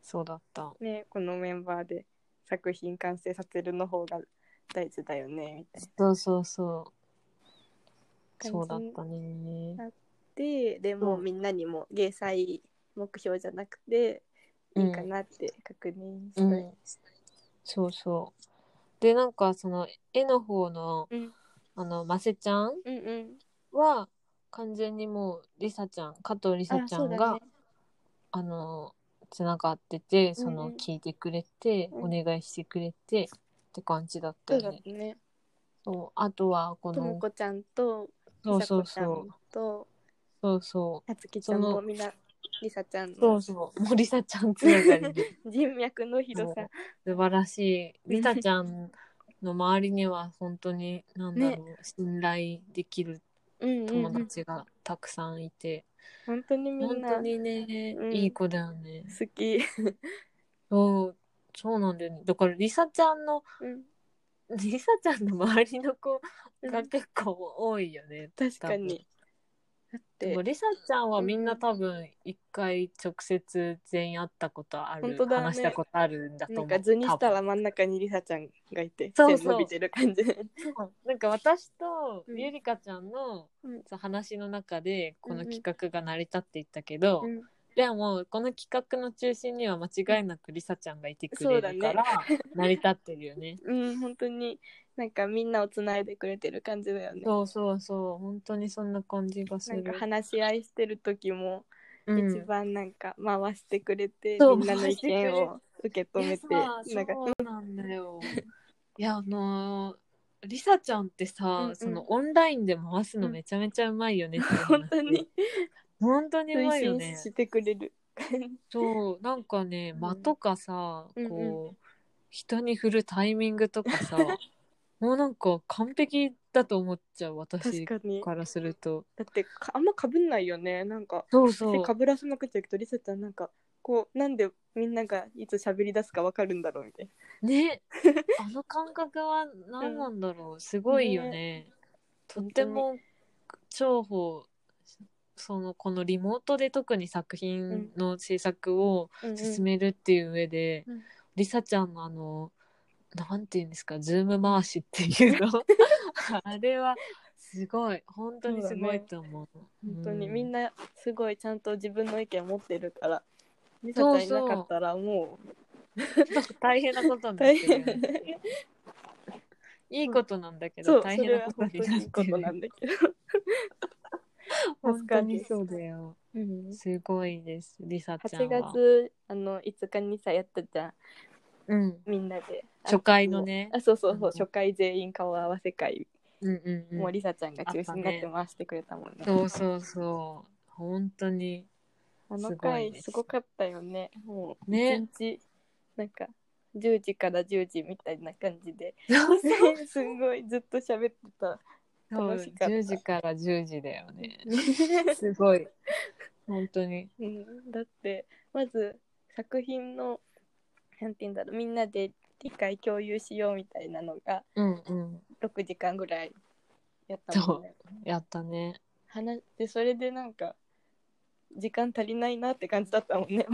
そうだった。ねこのメンバーで作品完成させるの方が大事だよねみたいな。そうそうそう。感じそうだったね。ででもうんみんなにも芸祭目標じゃなくていいかなって確認したい。うん、そうそう。で、なんかその絵の方の、うんあの、ませちゃんうんうんは、完全にもう、りさちゃん、加藤りさあちゃそうんだが、あ,、ね。の、つながってて、そうんのう、ん聞いてくれて、うんお願いしてくれて、って感じだったそうだっよね。たね。そう。あとは、こともの、こちゃんとそみうさそこうちゃそんう。とそうそなつきちゃんそものみんなりさちゃんう。そのうそう。もうりさちゃんつながりで。人脈の広そさう。 素晴らしい。リタちゃんの周りには本当に何だろう、信頼できるうんうんう友ん、達がたくさんいて、本当にみん本な当好にね、うんいい子だよね。き。そう、そうなんだよね。だからリサちゃんの、うんリサちゃんの周りの子うんが結構多いよね。確かに。だっ多分。でてもリサちゃんはみんうなん多分一回直接全員会ったことある、本当だね話したことあるんだとな思んう。か図にした多分ら真ん中にりさちゃんがいてそうそう背伸びてる感じ。そうなんか私とうんゆりかちゃんのうんそう話の中でこうのんうん企画が成り立っていったけど、うんでもこの企画の中心には間違いなくりさちゃんがいてくそれうだるねから成り立ってるよね。うん本当になんかみんなをつないでくれてる感じだよね。そうそうそう本当にそんな感じがすなんるか。話し合いしてる時もうん一番なんか回してくれて、そうみんなの回意してくれる見を受け止めていやさなんかそうなんだよ。いやあのーりさちゃんってさ、うんうんそのオンラインで回すのめちゃめちゃうまいよねって話本当に本当にうまいよ推進ね。してくれる。そうなんかねうん間とかさ、うんうんこう人に振るタイミングとか さもうなんか完璧だと思っちゃう確私かに。からするとだってかあんま被んないよねなんかそうそうかぶらせまくっちゃうけどリサちゃんなんかこうなんでみんながいつ喋り出すかわかるんだろうみたい ねあの感覚は何なんだろう、すごいよねとっても重宝そのこのリモートで特に作品の制作をな、うん進めるっていう上で、うんりさちゃんのあのなんていうんですかズーム回しってい うのあれはすごい本当にすごいと思う本当にみんななすごいちゃんと自分の意見持ってるからリサちゃんいなかったらも大変なことにうなっ大てるよ変ね、 いいことなんだけそどう大そ変れなはこと本に当なっにいいこてとるなんだけど、本当にそうだようん、すごいですりさちゃん8は月あの5日にさやったじゃんうんみんなで初回のねあそうそううそうん初回全員顔合わせ会うんうんもううんリサちゃんが中心になって回してくれたもんねそうそうそう本当にあすのごい回ですすごかったよね。もうね一日、なんか10時から10時みたいな感じで、そう すごいずっと喋ってた。楽しかった10時から10時だよねすごい本当にうん、だってまず作品のなんて言うんだろうみんなで理解共有しようみたいなのがうんうん6時間ぐらいやったもんね。やったね話でそれでなんか時間足りないなって感じだったもんね。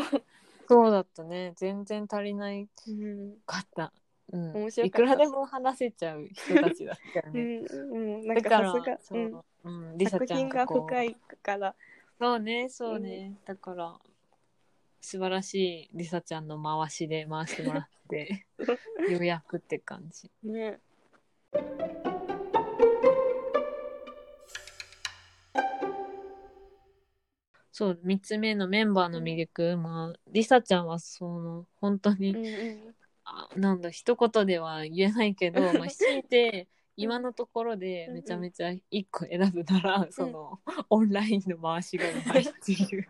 そうだったね全然足りないうんかった、うん、面白かったいくらでも話せちゃう人たちだったようね、んうん、なんだかかさらすが、そううんうん、りさ作ちゃん品がこう深いから。そうねそうね、だから素晴らしいりさちゃんの回しで回してもらって ようやくって感じね。そう3つ目のメンバーの魅力、まありさちゃんはその本当に、うんうんあなんだ一言では言えないけど、まあ、強 いて今のところでうんめちゃめ ちゃ一個選ぶなら、そのオンラインの回しがうまいっていう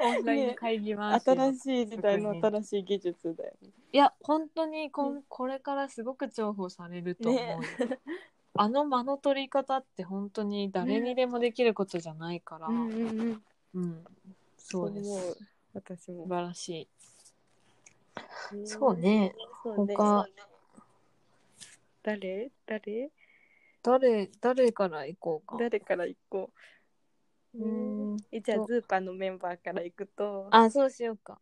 オンライン会議回しの、新しい時代の新しい技術だよね。いや本当にこ,、うんこれからすごく重宝されると思うよ、ね あの間の取り方って本当に誰にでもできることじゃないから、うんうんうん。うん、そうで思うす。私素も。晴らしい。そうね。そうね。他誰誰誰、誰から行こうか。誰から行こう。うん。えじゃあズーパーのメンバーから行くと。あ、そうしよう か。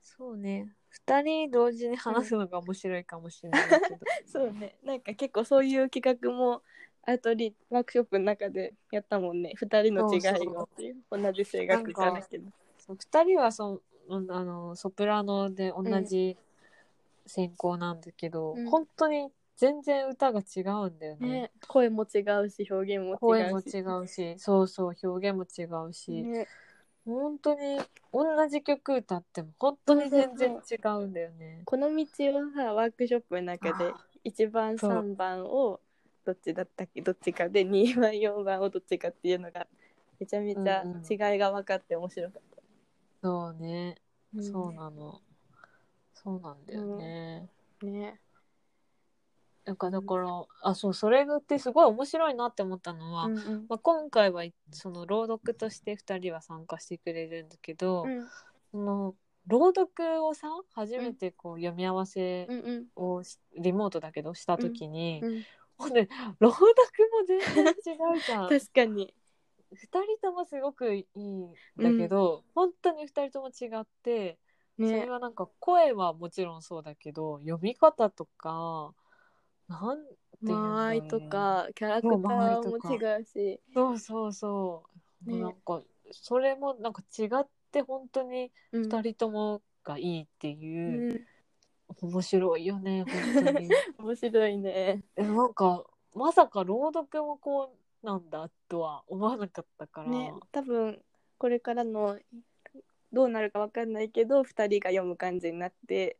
そうね。二人同時に話すのが面白いかもしれないけ ど。そうね。なんか結構そういう企画もアートリワークショップの中でやったもんね。二人の違いをっていう。同じ声楽じゃないけど。そう二人はそのあのソプラノで同じ専攻なんだけど、うん本当に全然歌が違うんだよね。ね、声も違うし表現も違うし。声も違うし、そうそう、表現も違うし。ね、本当に同じ曲歌っても本当に全然違うんだよね。この道をさワークショップの中で1番そう3番をどっちだったっけどっちかで2番4番をどっちかっていうのがめちゃめちゃうんうん違いが分かって面白かっそうね、た。そうなの。そうなんだよね。ね。なんかだから、あ、そう、それってすごい面白いなって思ったのは、うんうんまあ、今回はその朗読として2人は参加してくれるんだけど、うんその朗読をさ初めてこう読み合わせうんうんをしリモートだけどした時に、うんほんで朗読も全然違うじゃん。 確かに。 2人ともすごくいいんだけど、本当に2人とも違って、それね。はなんか声はもちろんそうだけど読み方とかなんていうん間だ合ろういとかねキャラクタそう間合いーもとか違うし。そうそうそう、ねなんかそれもなんか違って本当にうん2人ともがいいっていう、うん面白いよ ね本当に面白いね。えなんかまさか朗読もこうなんだとは思わなかったから、ね多分これからのどうなるか分かんないけど2人が読む感じになって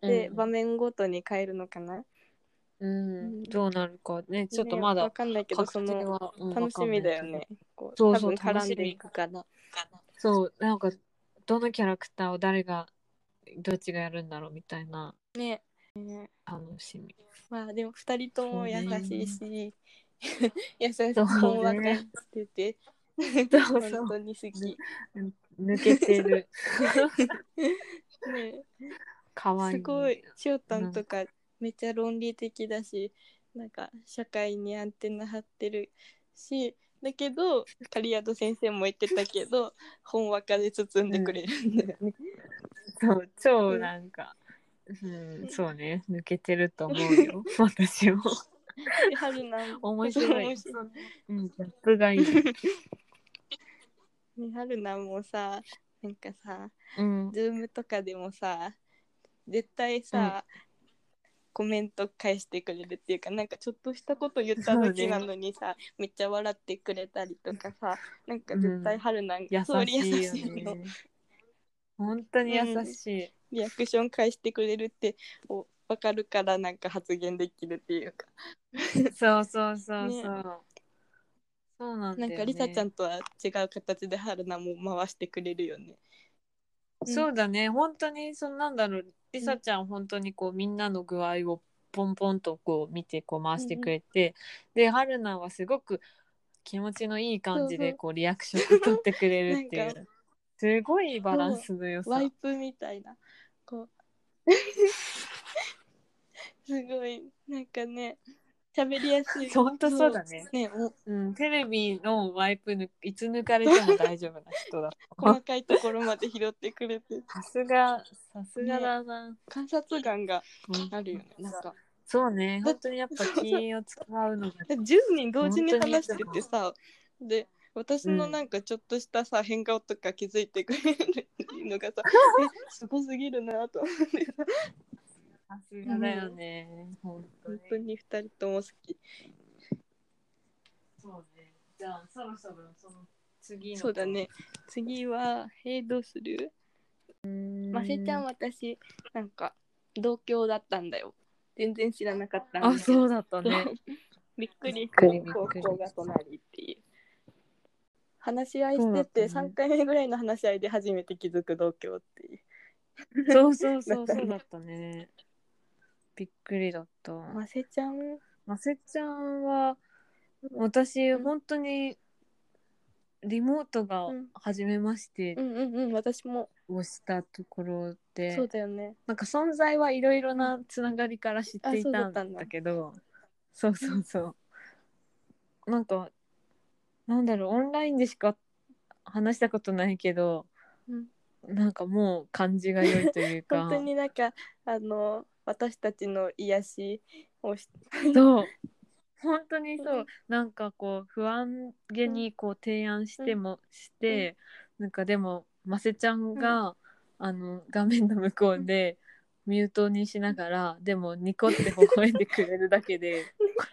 で、うん場面ごとに変えるのかなうん、どうなるかね、ちょっとまね、だ分かんないけど確そ定のは、うん楽しみだよ。ねこうそうそう多分絡んでいくからそう、なんか、どのキャラクターを誰が、どっちがやるんだろうみたいなね楽しみ。まあでも2人とも優しいし、 優しそうくねほんわかしてて、そうそう本当に好き、 抜けてる。ね、かわいい。すごい。しおたんとかめっちゃ論理的だし、なんか社会にアンテナ張ってるしだけど狩宿先生も言ってたけど本わかで包んでくれるんだよね。そう、超なんか、うん、そうね、抜けてると思 うよ。私も。で春菜も面白面い。白うん、ギャップがいい。ね春菜もさなんかさうん。ズームとかでもさ絶対さ、コメント返してくれるっていうかなんかちょっとしたこと言っただけなのにさ、めっちゃ笑ってくれたりとかさなんか絶対春なん優かそうしいよ優しいのね。本当に優しい。リアクション返してくれるってお分かるからなんか発言できるっていうかそうそうそうそう。ねそうなんなだよ、んね。かりさちゃんとは違う形で春菜も回してくれるよね。そうだね。本当に、そのなんだろう。りさちゃん、本当にこう、みんなの具合をポンポンとこう、見て、こう、回してくれて。で、はるなはすごく気持ちのいい感じそうで、そうこう、リアクションを取ってくれるっていなんかう。すごいバランスの良さワ。イプみたいなこ うすごいなんかね喋りやすい 本当そうだね。ねおうん、テレビのワイプぬいつ抜かれても大丈夫な人だ。 細かいと ころまで拾ってくれてさすが、さすがだな。観察眼がうんあるよねなんかそうね、だ本当にやっぱ気を使うのが。 10人同時に話しててさで私のなんかちょっとしたさ、変顔とか気づいてくれるっていうのがさえすごすぎるなと思ってさすがだよね。本当本に。当に2人とも好きそうね。じゃあ、そろそろその次の。そうだね。次はえーどうするませちゃん私なんか同郷だったんだよ全然知らなかったんだあ、そうだったそうね。 びっくりしびっくりびたっ高くり校が隣っていう話し合いそうしだてったねて3回目ぐらいの話し合いで初めて気づく同居っていう そうそうそうそうだったね。びっくりだった。ませちゃんませちゃんは私うん本当にリモートがうん初めましてうんうんうん私もをしたところで、そうだよねなんか存在はいろいろなつながりから知っていあそうただんったんだだけどそうそうそうなんかなんだろうオンラインでしか話したことないけど、うんなんかもう感じが良いというか本当になんかあの私たちの癒しをしそう本当にそう、うんなんかこう不安げにこう提案しても、して、なんかでもませちゃんが、あの画面の向こうでミュートにしながら、でもニコって微笑んでくれるだけで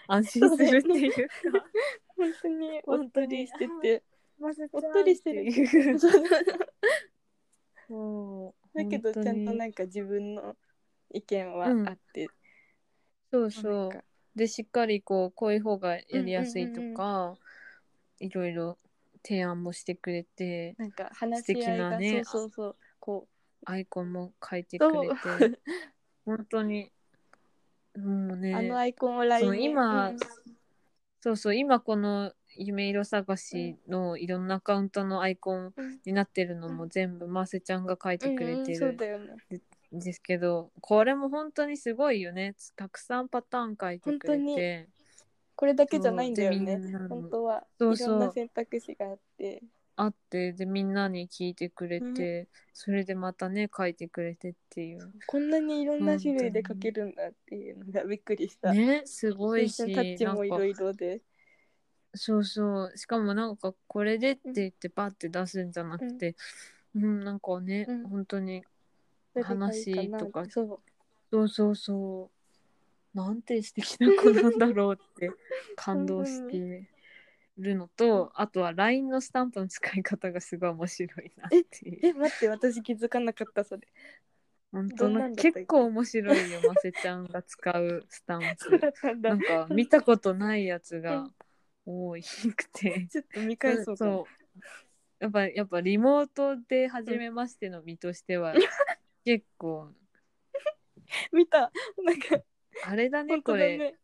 安心するっていうか本当におっとりしててませちおっとりしてる るだそうけどちゃんと本当になんか自分の意見はあって、そうなそんうかでしっかりこうこういう方がやりやすいとうんうんか、いろいろ提案もしてくれてなんか話し合い素敵なが、ねそうそうそうこアイコンも変えてうくそれう て本当にもうねあのアイコンを LINE そのに今、うんそうそう今この夢色探しのいろんなアカウントのアイコンうんになってるのも全部ませちゃんが書いてくれてうんうん、そうるだよねんですけど、これも本当にすごいよねたくさんパターン書いてくれ本当てこれだけじゃないんだよそうねでみんなの本当はそうそういろんな選択肢があってあってでみんなに聞いてくれて、それでまたね書いてくれてっていうこんなにいろんな種類で書けるんだっていうのがびっくりした、ねすごいしタッチもいなんかろいろでそうそうしかもなんかこれでって言ってバッて出すんじゃなくてうん、なんかね、うん本当にそれがいいな話とかそうそうそうそうなんて素敵な子なんだろうって感動してるのとあとは LINE のスタンプの使い方がすごい面白いなっていうえ待って私気づかなかったそれ本当どんななんだったっけ結構面白いよませちゃんが使うスタン そうだプったんだ なんか見たことないやつうがん多いくて。ちょっと見返そうかなそうやっぱやっぱリモートで初めましての身として は、結構見たなんかあれだね本当こだれね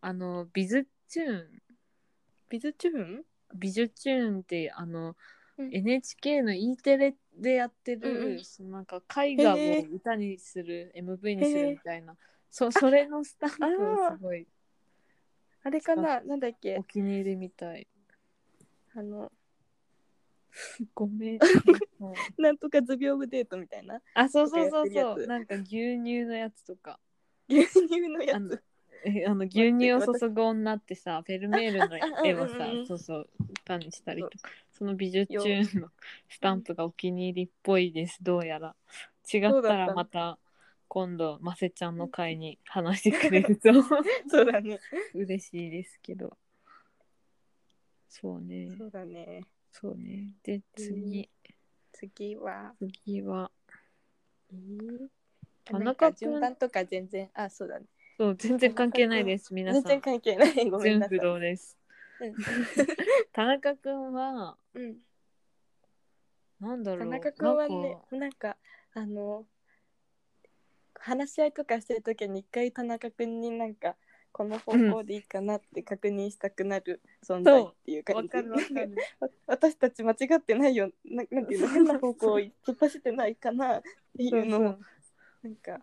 あのビズチューンビズチューンビズチューンってあの、うん NHK の E テレでやってる、うんうんそのなんか絵画をへえ歌にする、MV にするみたいな、そうそれのスタンプをすごいあれかななんだっけお気に入りみたいあのごめ んも うなんとか図屏風デートみたいなあそうそうそうとかやそっうてるやつなんか牛乳のやつとか牛乳のやあのつえあの牛乳を注ぐ女ってさフェルメールのああ絵をうんさうんうんそうそう歌にしたりとかその美術中のスタンプがお気に入りっぽいですどうやら違そうだったったらのまた今度ませちゃんの会に話してくれるとそうだね 嬉しいですけどそうねそうだねそうねで次次は次はえ田なん中か君順番とか全然あそうだねそう全然関係ないです皆さ全然ん関係ないごめん全なさ不い動ですうん田中君はうんなんだろ田う中君はねなんかなんかあの話し合いとかしてる時に一回田中君になんかこの方向でいいかなって確認したくなる存在っていう感わじ、かるわかる。私たち間違ってないよななんていうの変な方向を突っ走ってないかなっていうのをなんか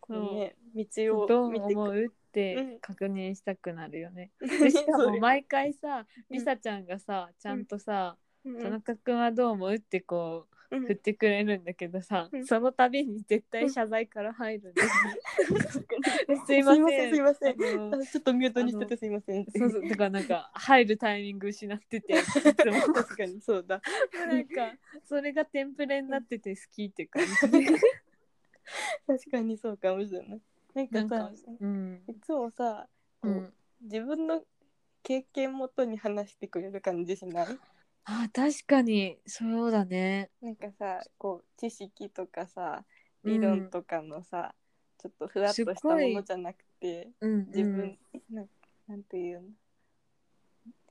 こうね道どをう見て思くうっうてん確認したくなる よね。るでしか そもれ毎回さ、うんりさちゃんがさ、ちゃんとさ、うん田中君はどう思うってこううん振ってくれるんだけどさ、うんその度に絶対謝罪から入るんですよすすいいまませせん。んすいませんあのあちょっとミュートにして てすいませんそうそうだからなんか入るタイミング失ってていつも確かに そうだなんかそれがテンプレになってて好きって 感じ。確かにそうかもしれない。なんかさ、うんいつもさ、こううん自分の経験元に話してくれる感じしないあ確かにそうだね。なんかさこう知識とかさうん理論とかのさ、ちょっとふわっとしすたもごいのじゃなくてうん自分、なんなんていうの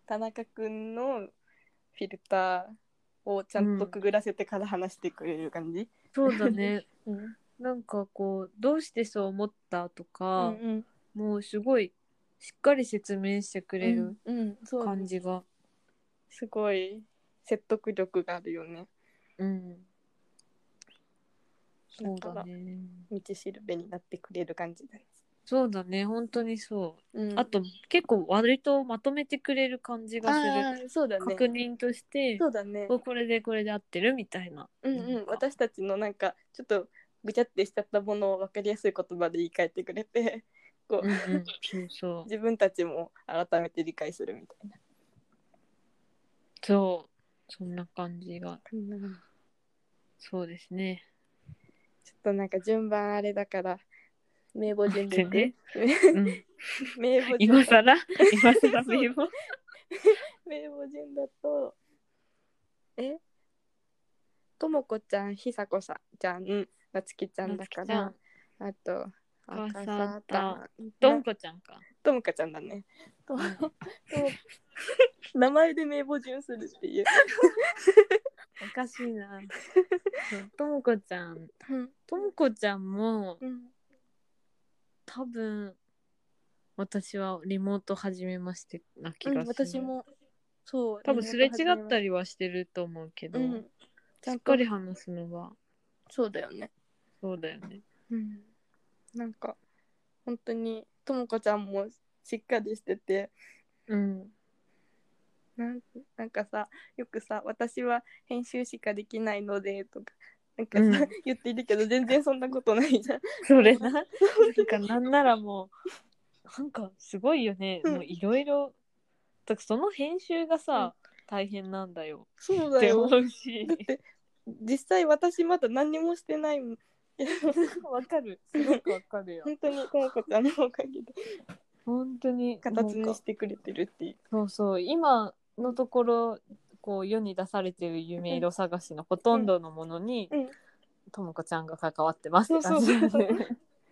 田中くんのフィルターをちゃんとくぐらせてから話してくれる感じ。そう だねうんなんかこうどうしてそう思ったとうんか、うんもうすごいしっかり説明してくれるうん、そう感じが、すごい説得力があるよね。うん、そうだね道しるべになってくれる感じだね。そうだね本当にそううあと結構割とまとめてくれる感じがする、あーそうだね確。認としてそうだね。おこれでこれで合ってるみたいなうんうん、私たちのなんかちょっとぐちゃってしちゃったものを分かりやすい言葉で言い換えてくれて こう、うんうんそうそう自分たちも改めて理解するみたいな。そうそんな感じがそうですねちょっとなんか順番あれだから名簿順で言ってうん、 名簿順今だ更今 更名簿名簿順だとえともこちゃんひさこさちゃんなつきちゃんだかなつきちゃらあとかさたあたどんこちゃんかともかちゃんだね。とんと名前で名簿順するっていう。おかしい なそうともこちゃんうんともこちゃんもうん多分私はリモート始めましてな気うんがする、私もそう多分すれ違ったり、りはしてると思うけど、うん、ちしゃっんかとり話すのはそうだよね、そうだよねうん、なんか本当にともこちゃんもしっかりしててうんなんなんかさよくさ「私は編集しかできないので」とかなんかさ、うん言っているけど全然そんなことないじゃん。それ ななんかなんならもうなんかすごいよねうんもういろいろだからその編集がさ、大変なんだよ そうっだてよ思うしだって実際私まだ何にもしてないもん わかるすごくわかるよ本当にともこちゃんのおかげ で 本当に形なんにかしてくれてるっていう。そうそう今のところこう世に出されてる夢色探しのほとんどのものに、うんともこちゃんが関わってますそっうてそ感うじそうで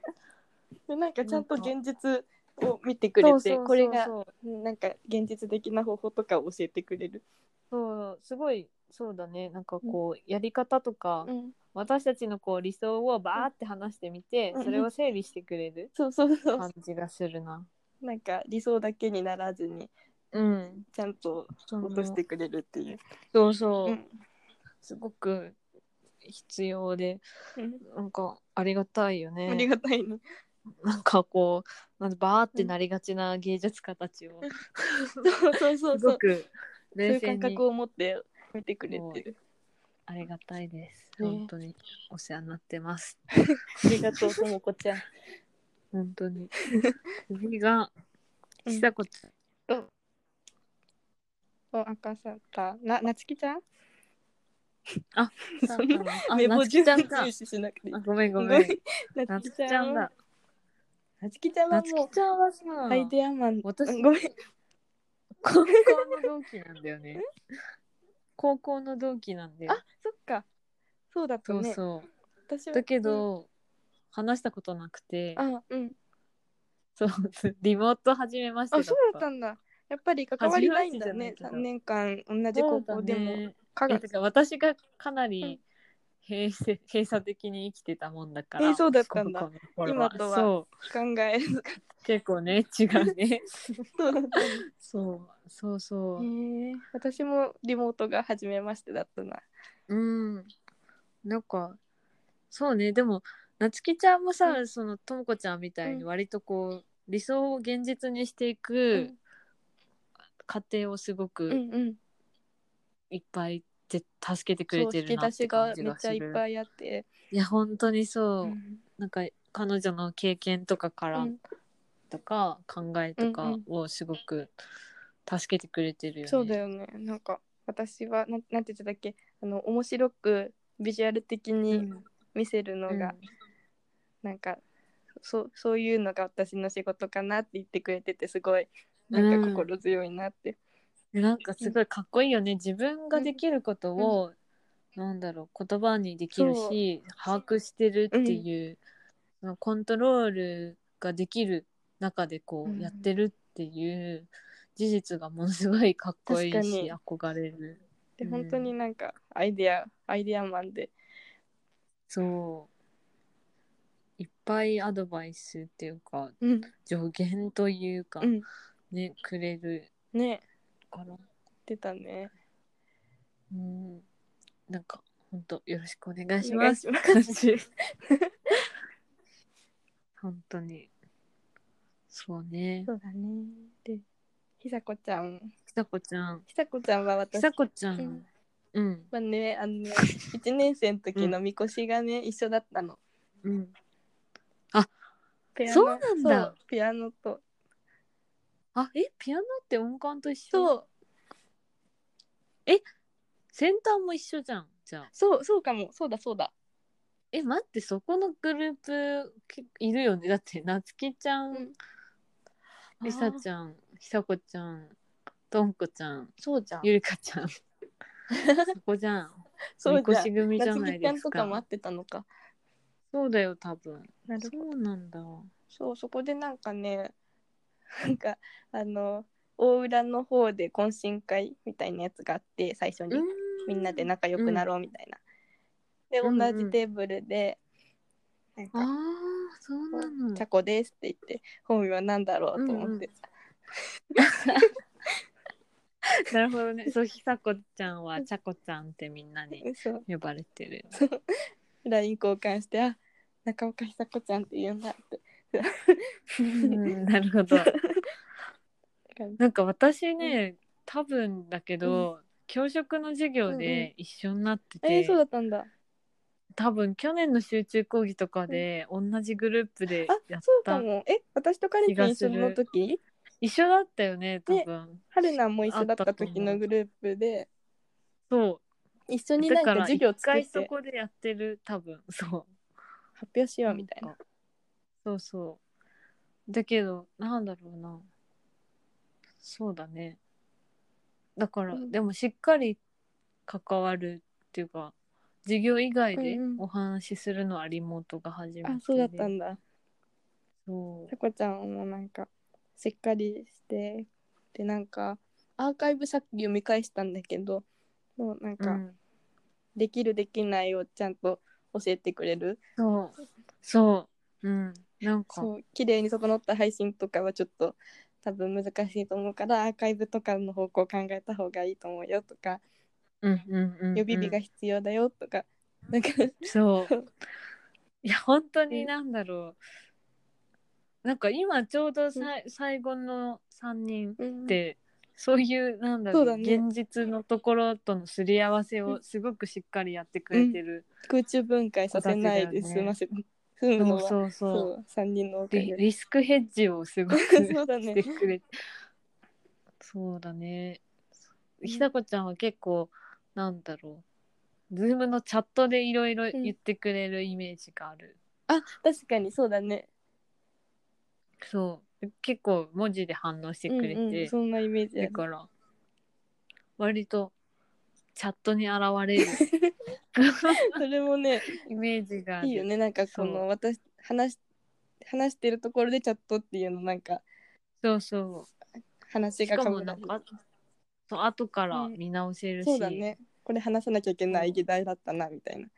でなんかちゃんとなんか現実を見てくれてこれがそうなんか現実的な方法とかを教えてくれる。そうすごいそうだねなんかこう、やり方とか、うん、私たちのこう理想をバーって話してみて、うんそれを整理してくれるそうそうそ感う。じがするな。 なんか理想だけにならずにうん、ちゃんとその落としてくれるっていう。そうそうう、んすごく必要でうんなんかありがたいよね。ありがたいね。 なんかこうなんバーってなりがちな芸術家たちをそうそうそうすそごう。くそうい冷う静感に覚を持って見てくれてる。ありがたいです。ね本当にお世話になってます。ありがとうともこちゃん。本当 に。次がうんちさこちゃん。お赤さたななつきちゃん。さそんな あ名な簿つき順ちゃんにか重。視しなくていいあ。ごめんごめん。ごめんななつつききちちゃゃんんだ。なつきちゃんはなつきもちゃんはさ、うアイデアマン。私うんごめん。高校の同期なんだ よね。高校の同期なんだよあ。そっか。そうだとそうね。そ私う。はだけ、ど話したことなくてう、んあ、うん。そうリモート始めましてあ、そうだったんだ。やっぱり関わりないんだね。初3め年間同じ高校でそうだも。ね科え学てか私がかなうりん閉鎖閉鎖的に生きてたもんだから、えーそうだったんだ高校の頃は今とはそ考える。う結構ね違うね そうだった。へそうそうそう、え私もリモートが初めましてだったな。うんなんかそうねでもなつきちゃんもさ、そのともこちゃんみたいにうん割とこう、理想を現実にしていうくん過程をすごうくんうん。いっぱいぜ助けてくそう、れて引るきな出っしてが感じめっがちすゃるいっぱいあって。いや本当にそうう、んなんか彼女の経験とかからうんとか考えとうんかうんをすごく助けてくれてるよね。そうだよね。なんか私はなんなんて言ってたっけあの面白くビジュアル的うにん見せるのが、なんかそうそういうのが私の仕事かなって言ってくれててすごいなんか心強いなって。うんなんかすごいかっこいいよね。自分ができることを、なんだろう言葉にできるし把握してるっていう、そのコントロールができる中でこううんやってるっていう事実がものすごいかっこいいし、確憧れる。でうん本当になんかアイデア、アイデアマンでそういっぱいアドバイスっていうかうん、助言というか、うん、ねくれるねから、出たねうん、なんか本当よろしくお願いしお願まいすしってます感じ 本当にそうねそうだねでひさこちゃんひさこちゃんひさこちゃんはひ私さこちゃん、ううんんはねあのね1年生の時のみこしがね、一緒だったのうん、ペアノそうなんだそうピアノとあえピアノって音感と一緒そう先端も一緒じゃんじゃあそうそうかもそうだそうだえ待ってそこのグループけいるよねだってなつきちゃん、うんりさちゃんひさこちゃんとんこちゃんそうじゃんゆりかち ゃんそこじゃんそうみこじゃしん組じゃ夏な希いちゃでんすとかかも会ってたのかそうだよ多分なそどうなんだそうそこでなんかね なんかあの大浦の方で懇親会みたいなやつがあって最初にみんなで仲良くなろうみたいな。うんで同じテーブルで、あなんかーそうな「のち ゃこです」って言って本名は何だろうと思って、なるほどねそうひさこちゃんはちゃこちゃんってみんなにそう呼ばれて る LINE 交換して「あ中岡久子ちゃんって言うんだ」ってうんなる ほど感じなんか私ね、多分だけど、教職の授業で一緒になってて、えー、そうだったんだ多分去年の集中講義とかで同じグループであやっそうた、かもえ私とカレン一緒の時一緒だったよね多分、春菜も一緒だった時のグループでそ一緒うにだなんかから授一業作っ回そてこでやってる多分 そう発表しようみたいな。んかそうそうだけどなんだろうなそうだねだから、うんでもしっかり関わるっていうか授業以外でうんうんお話しするのはリモートが初めてで、あそうだったんだ。そうさこちゃんもなんかしっかりしてでなんかアーカイブさっき読み返したんだけどもうなんうかんできるできないをちゃんと教えてくれる、そうそううんなんかそう綺麗に整った配信とかはちょっと多分難しいと思うからアーカイブとかの方向を考えた方がいいと思うよとかうんうんうんうん予備日が必要だよとか、なん か そう。いや本当になんだろう。なんか今ちょうどさい最後の3人うんってそういうなんだろうそうだね現実のところとのすり合わせをすごくしっかりやってくれてる。空中分解させないで済ませる、済むのそうはそうそうそう。 3人のおかでげでリスクヘッジをす ごく そうだねしてくれて。そうだね。んひさこちゃんは結構なんだろう。ズームのチャットでいろいろ言ってくれるイメージがある。あ確かにそうだねそう結構文字で反応してくれて、うんうん、そんなイメージあだるから割とチャットに現れる それもねイメージがあるいいよねなんかそこうの私話し話してるところでチャットっていうのなんかそうそ話うしがかも被ならんずかそう後から見直せるし、そうだねこれ話さなきゃいけなういん議題だったなみたいな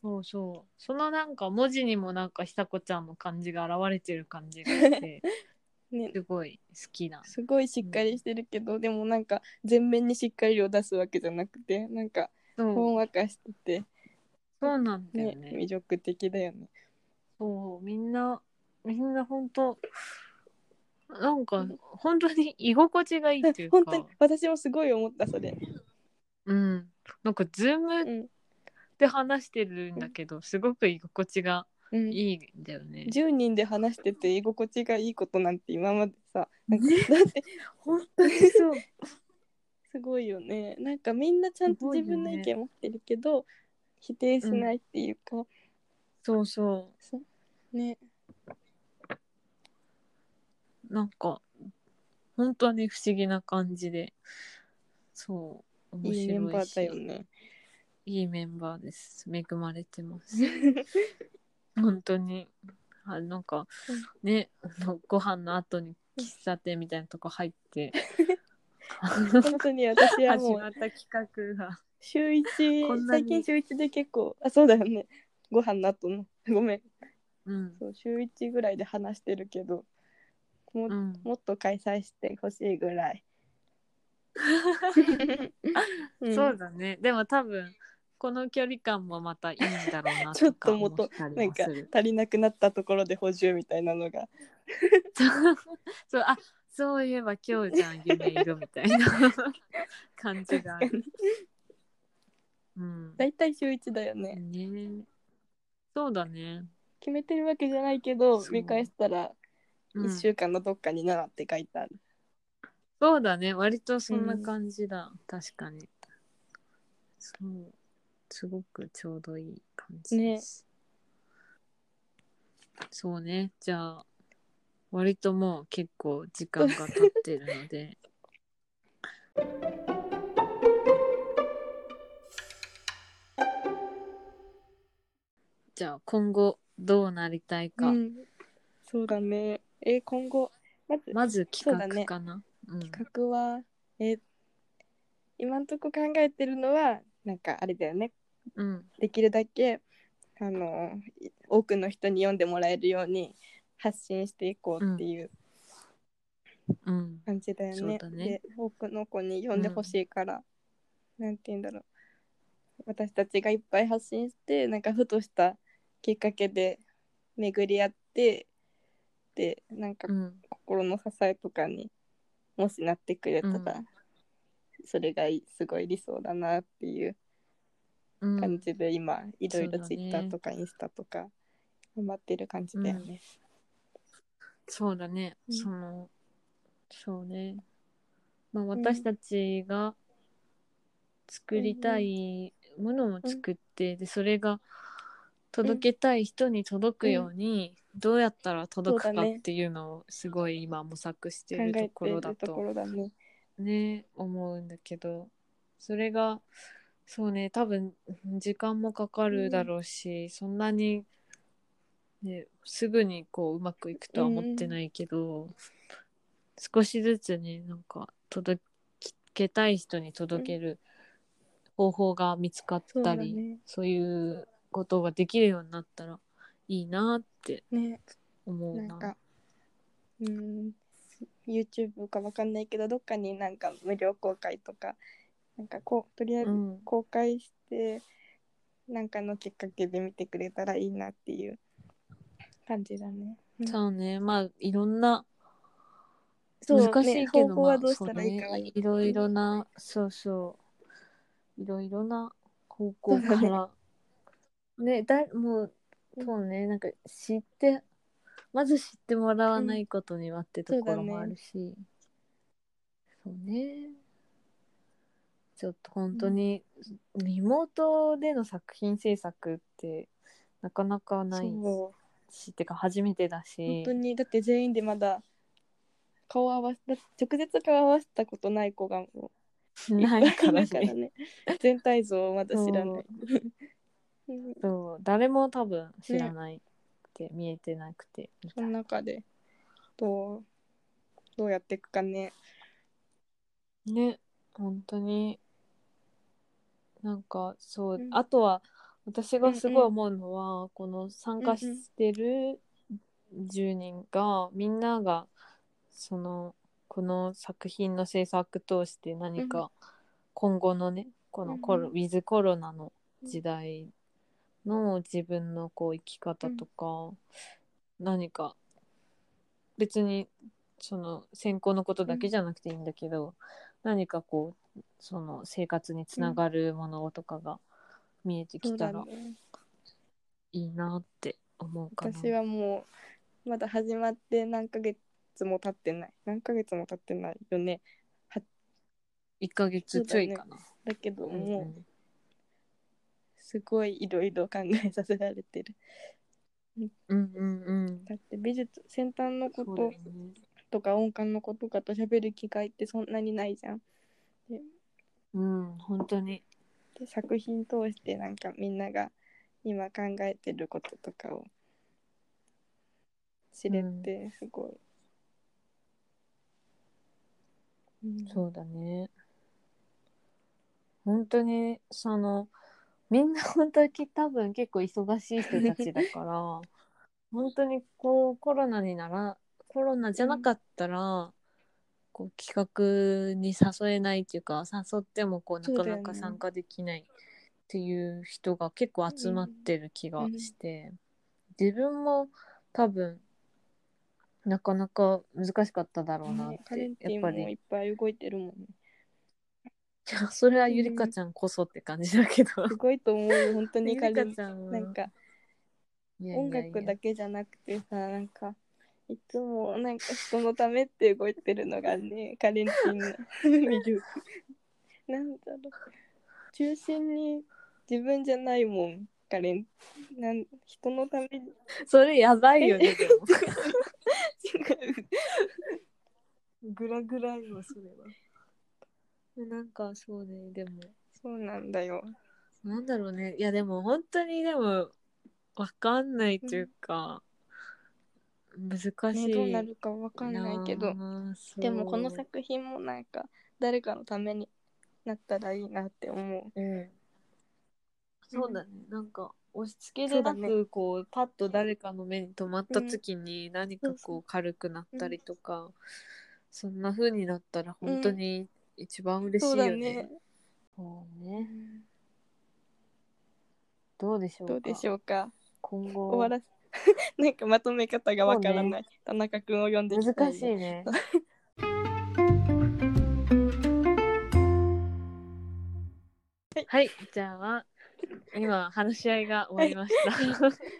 そうそうそのなんか文字にもなんかひさこちゃんの感じが現れてる感じがして ねすごい好きなすごいしっかりしてるけど、でもなんか全面にしっかりを出すわけじゃなくてなんかほそうんわかしててそうなんだよね魅力的だよねそうみんなみんな本当なんか本当に居心地がいいっていうか本当に私もすごい思ったそれうんなんかズーうムん、で話してるんだけど、すごく居心地がうん、いいんだ よね、 10人で話してて居心地がいいことなんて今までさなんかだって本当にそうすごいよ ねなんかみんなちゃんと自分の意見持ってるけど、否定しないっていうか、そうそそねうなんか本当に不思議な感じでそう面白いしいいメンバーだよねいいメンバーです恵まれてます本当にあなんかねあのご飯の後に喫茶店みたいなとこ入って本当に私は始もう まった企画が。週一こんなに最近週一で結構あそうだよねご飯の後のごめんうん。そう週一ぐらいで話してるけども,、うん、もっと開催してほしいぐら い、んそうだね。でも多分、この距離感もまたいいんだろう なちょっかともっと思ったりなんもすかる足りなくなったところで補充みたいなのがそうそうあそういえば今日じゃん夢色みたいな 感じがある。うん、だいたい週一だよねねそうだね。決めてるわけじゃないけどそう見返したらうん1週間のどっかに7って書いてある、そうだね割とそんな感じだ、確かに。そうすごくちょうどいい感じです。そうねじゃあ割ともう結構時間が経ってるので。じゃあ今後どうなりたいか、うんそうだねえ今後まずまず企そうだ画ねかな。うん企画はえ今んとこ考えてるのはなんかあれだよねうんできるだけあのい多くの人に読んでもらえるように発信していこうっていううん感じだよそうね。だねで多くの子に読んでほしいから、なんて言うんだろう私たちがいっぱい発信してなんかふとしたきっかけで巡り合ってでなんかうん心の支えとかにもしなってくれたら、うそれがいいすごい理想だなっていううん感じで今、いろいろそうだねツイッターとかインスタとか頑張ってる感じだよね。そうだね、うんそのそうね、まあ、ん私たちが作りたいものを作って、でそれが届けたい人に届くようにどうやったら届くそうだかねっていうのをすごい今模索して考えるてとるころだとことろだね。ね思うんだけどそれがそうね多分時間もかかるだろうし、そんなに、ね、すぐにこううまくいくとは思ってないけど、少しずつねなんか届けたい人に届ける方法が見つかっそうただり、ね。そういうことができるようになったらいいなってね思うなな。んかうん YouTube かわかんないけどどっかになんか無料公開とかなんかこうとりあえうずん、公開して、なんかのきっかけで見てくれたらいいなっていう感じだね。うんそうねまあいろんなそう難しいけね、方ど、ま法あはどうしたらいいかそうはね、いろいろな、そうそういろいろな方向から ねだいもううんそうねなんか知ってまず知ってもらわないことにはってところそうだもねあるし、そうねちょっと本当に、リモートでの作品制作ってなかなかないそうしってか初めてだし本当にだって全員でまだ顔合わせだって直接顔合わせたことない子がもう ないか らいっぱいいるからね。ね全体像をまだ知らない。 うんそう誰も多分知らないって、見えてなくてみたそいのな中でどうどうやっていくかね。ね本当になんかそうう、んあとは私がすごい思うのは、この参加してる10人が、みんながそのこの作品の制作通して何か今後のねこのコロ、うんウィズコロナの時代の自分のこう生き方とか、何か別にその専攻のことだけじゃなくていいんだけど、何かこうその生活につながるものとかが見えてそきうただらね。いいなって思うかな。私はもうまだ始まって何ヶ月も経ってない。何ヶ月も経ってないよね。 1ヶ月ちょいかな。だけどうんうもんうすごいいろいろ考えさせられてる。うんうんうん。だって美術先端のこそうだよとねとか音感のことかと喋る機会ってそんなにないじゃん。うん、本当に。で作品通してなんかみんなが今考えてることとかを知れてすごいうんそうだね。本当に、その、みんな本当に多分結構忙しい人たちだから、 本当にこうコロナになら、コロナじゃなかったら、こう企画に誘えないっていうか、誘ってもこうそうだなかよねなか参加できないっていう人が結構集まってる気がして、自分も多分、なかなか難しかっただろうなっねカレンて、ティやンっぱもりいっぱい動いてるもんねいやそれはゆりかちゃんこそって感じ だけど。すごいと思うよ本当にゆカりレかンちゃんはなんかいやいやい音や楽だけじゃなくてさなんかいつもなんか人のためって動いてるのがねカレンテ ィンの魅力なんだろう中心に自分じゃないもんカレンなん人のためにそれやばいよね、でも。 グラグラよ、それは。なんかそうね、でも。そうなんだよなんだろうね。いや、でも本当にでも、わかんないっていうか、難しい。ねどうなるかわかんないけどなあ。そうでもこの、作品もなんか誰かのためになったらいいなって思ううんそうだね。なんか、押し付けそでうだなねく、こう、パッと誰かの目に留まったうん時に、何そかうそうこう、軽くなったりとか、そんな風になったら、うん本当に一番嬉しそういよだねね。そうね。どうでしょうかどうでしょうか今後、終わらせ なんかまとめ方がわからない、田中くんを読んできた難しいね。はい、じゃあ、今、話し合いが終わりました。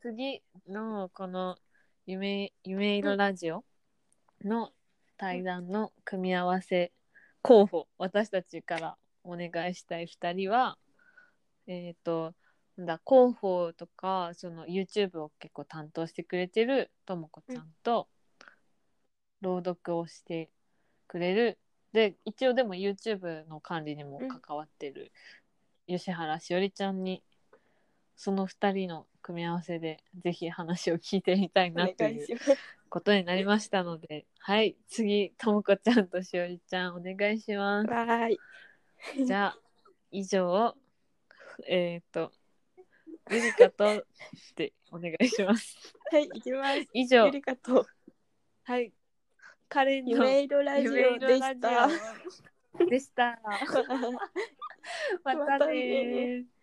次の、この夢、夢色ラジオの対談の組み合わせ候補、私たちからお願いしたい2人は、えっ、と、なんだ広報とかその YouTube を結構担当してくれてるともこちゃんと、朗読をしてくれるで一応でも YouTube の管理にも関わってる吉原しおりちゃんにその2人の組み合わせでぜひ話を聞いてみたいなおと願いいうしますことになりましたのではい次ともこちゃんとしおりちゃんお願いします。わーいじゃあ以上えっ、とゆりかとでお願いします。はい行きます以上ゆりかとはいカレンの夢色ラジオ夢で色しラた ジオでした。ままたたねねー。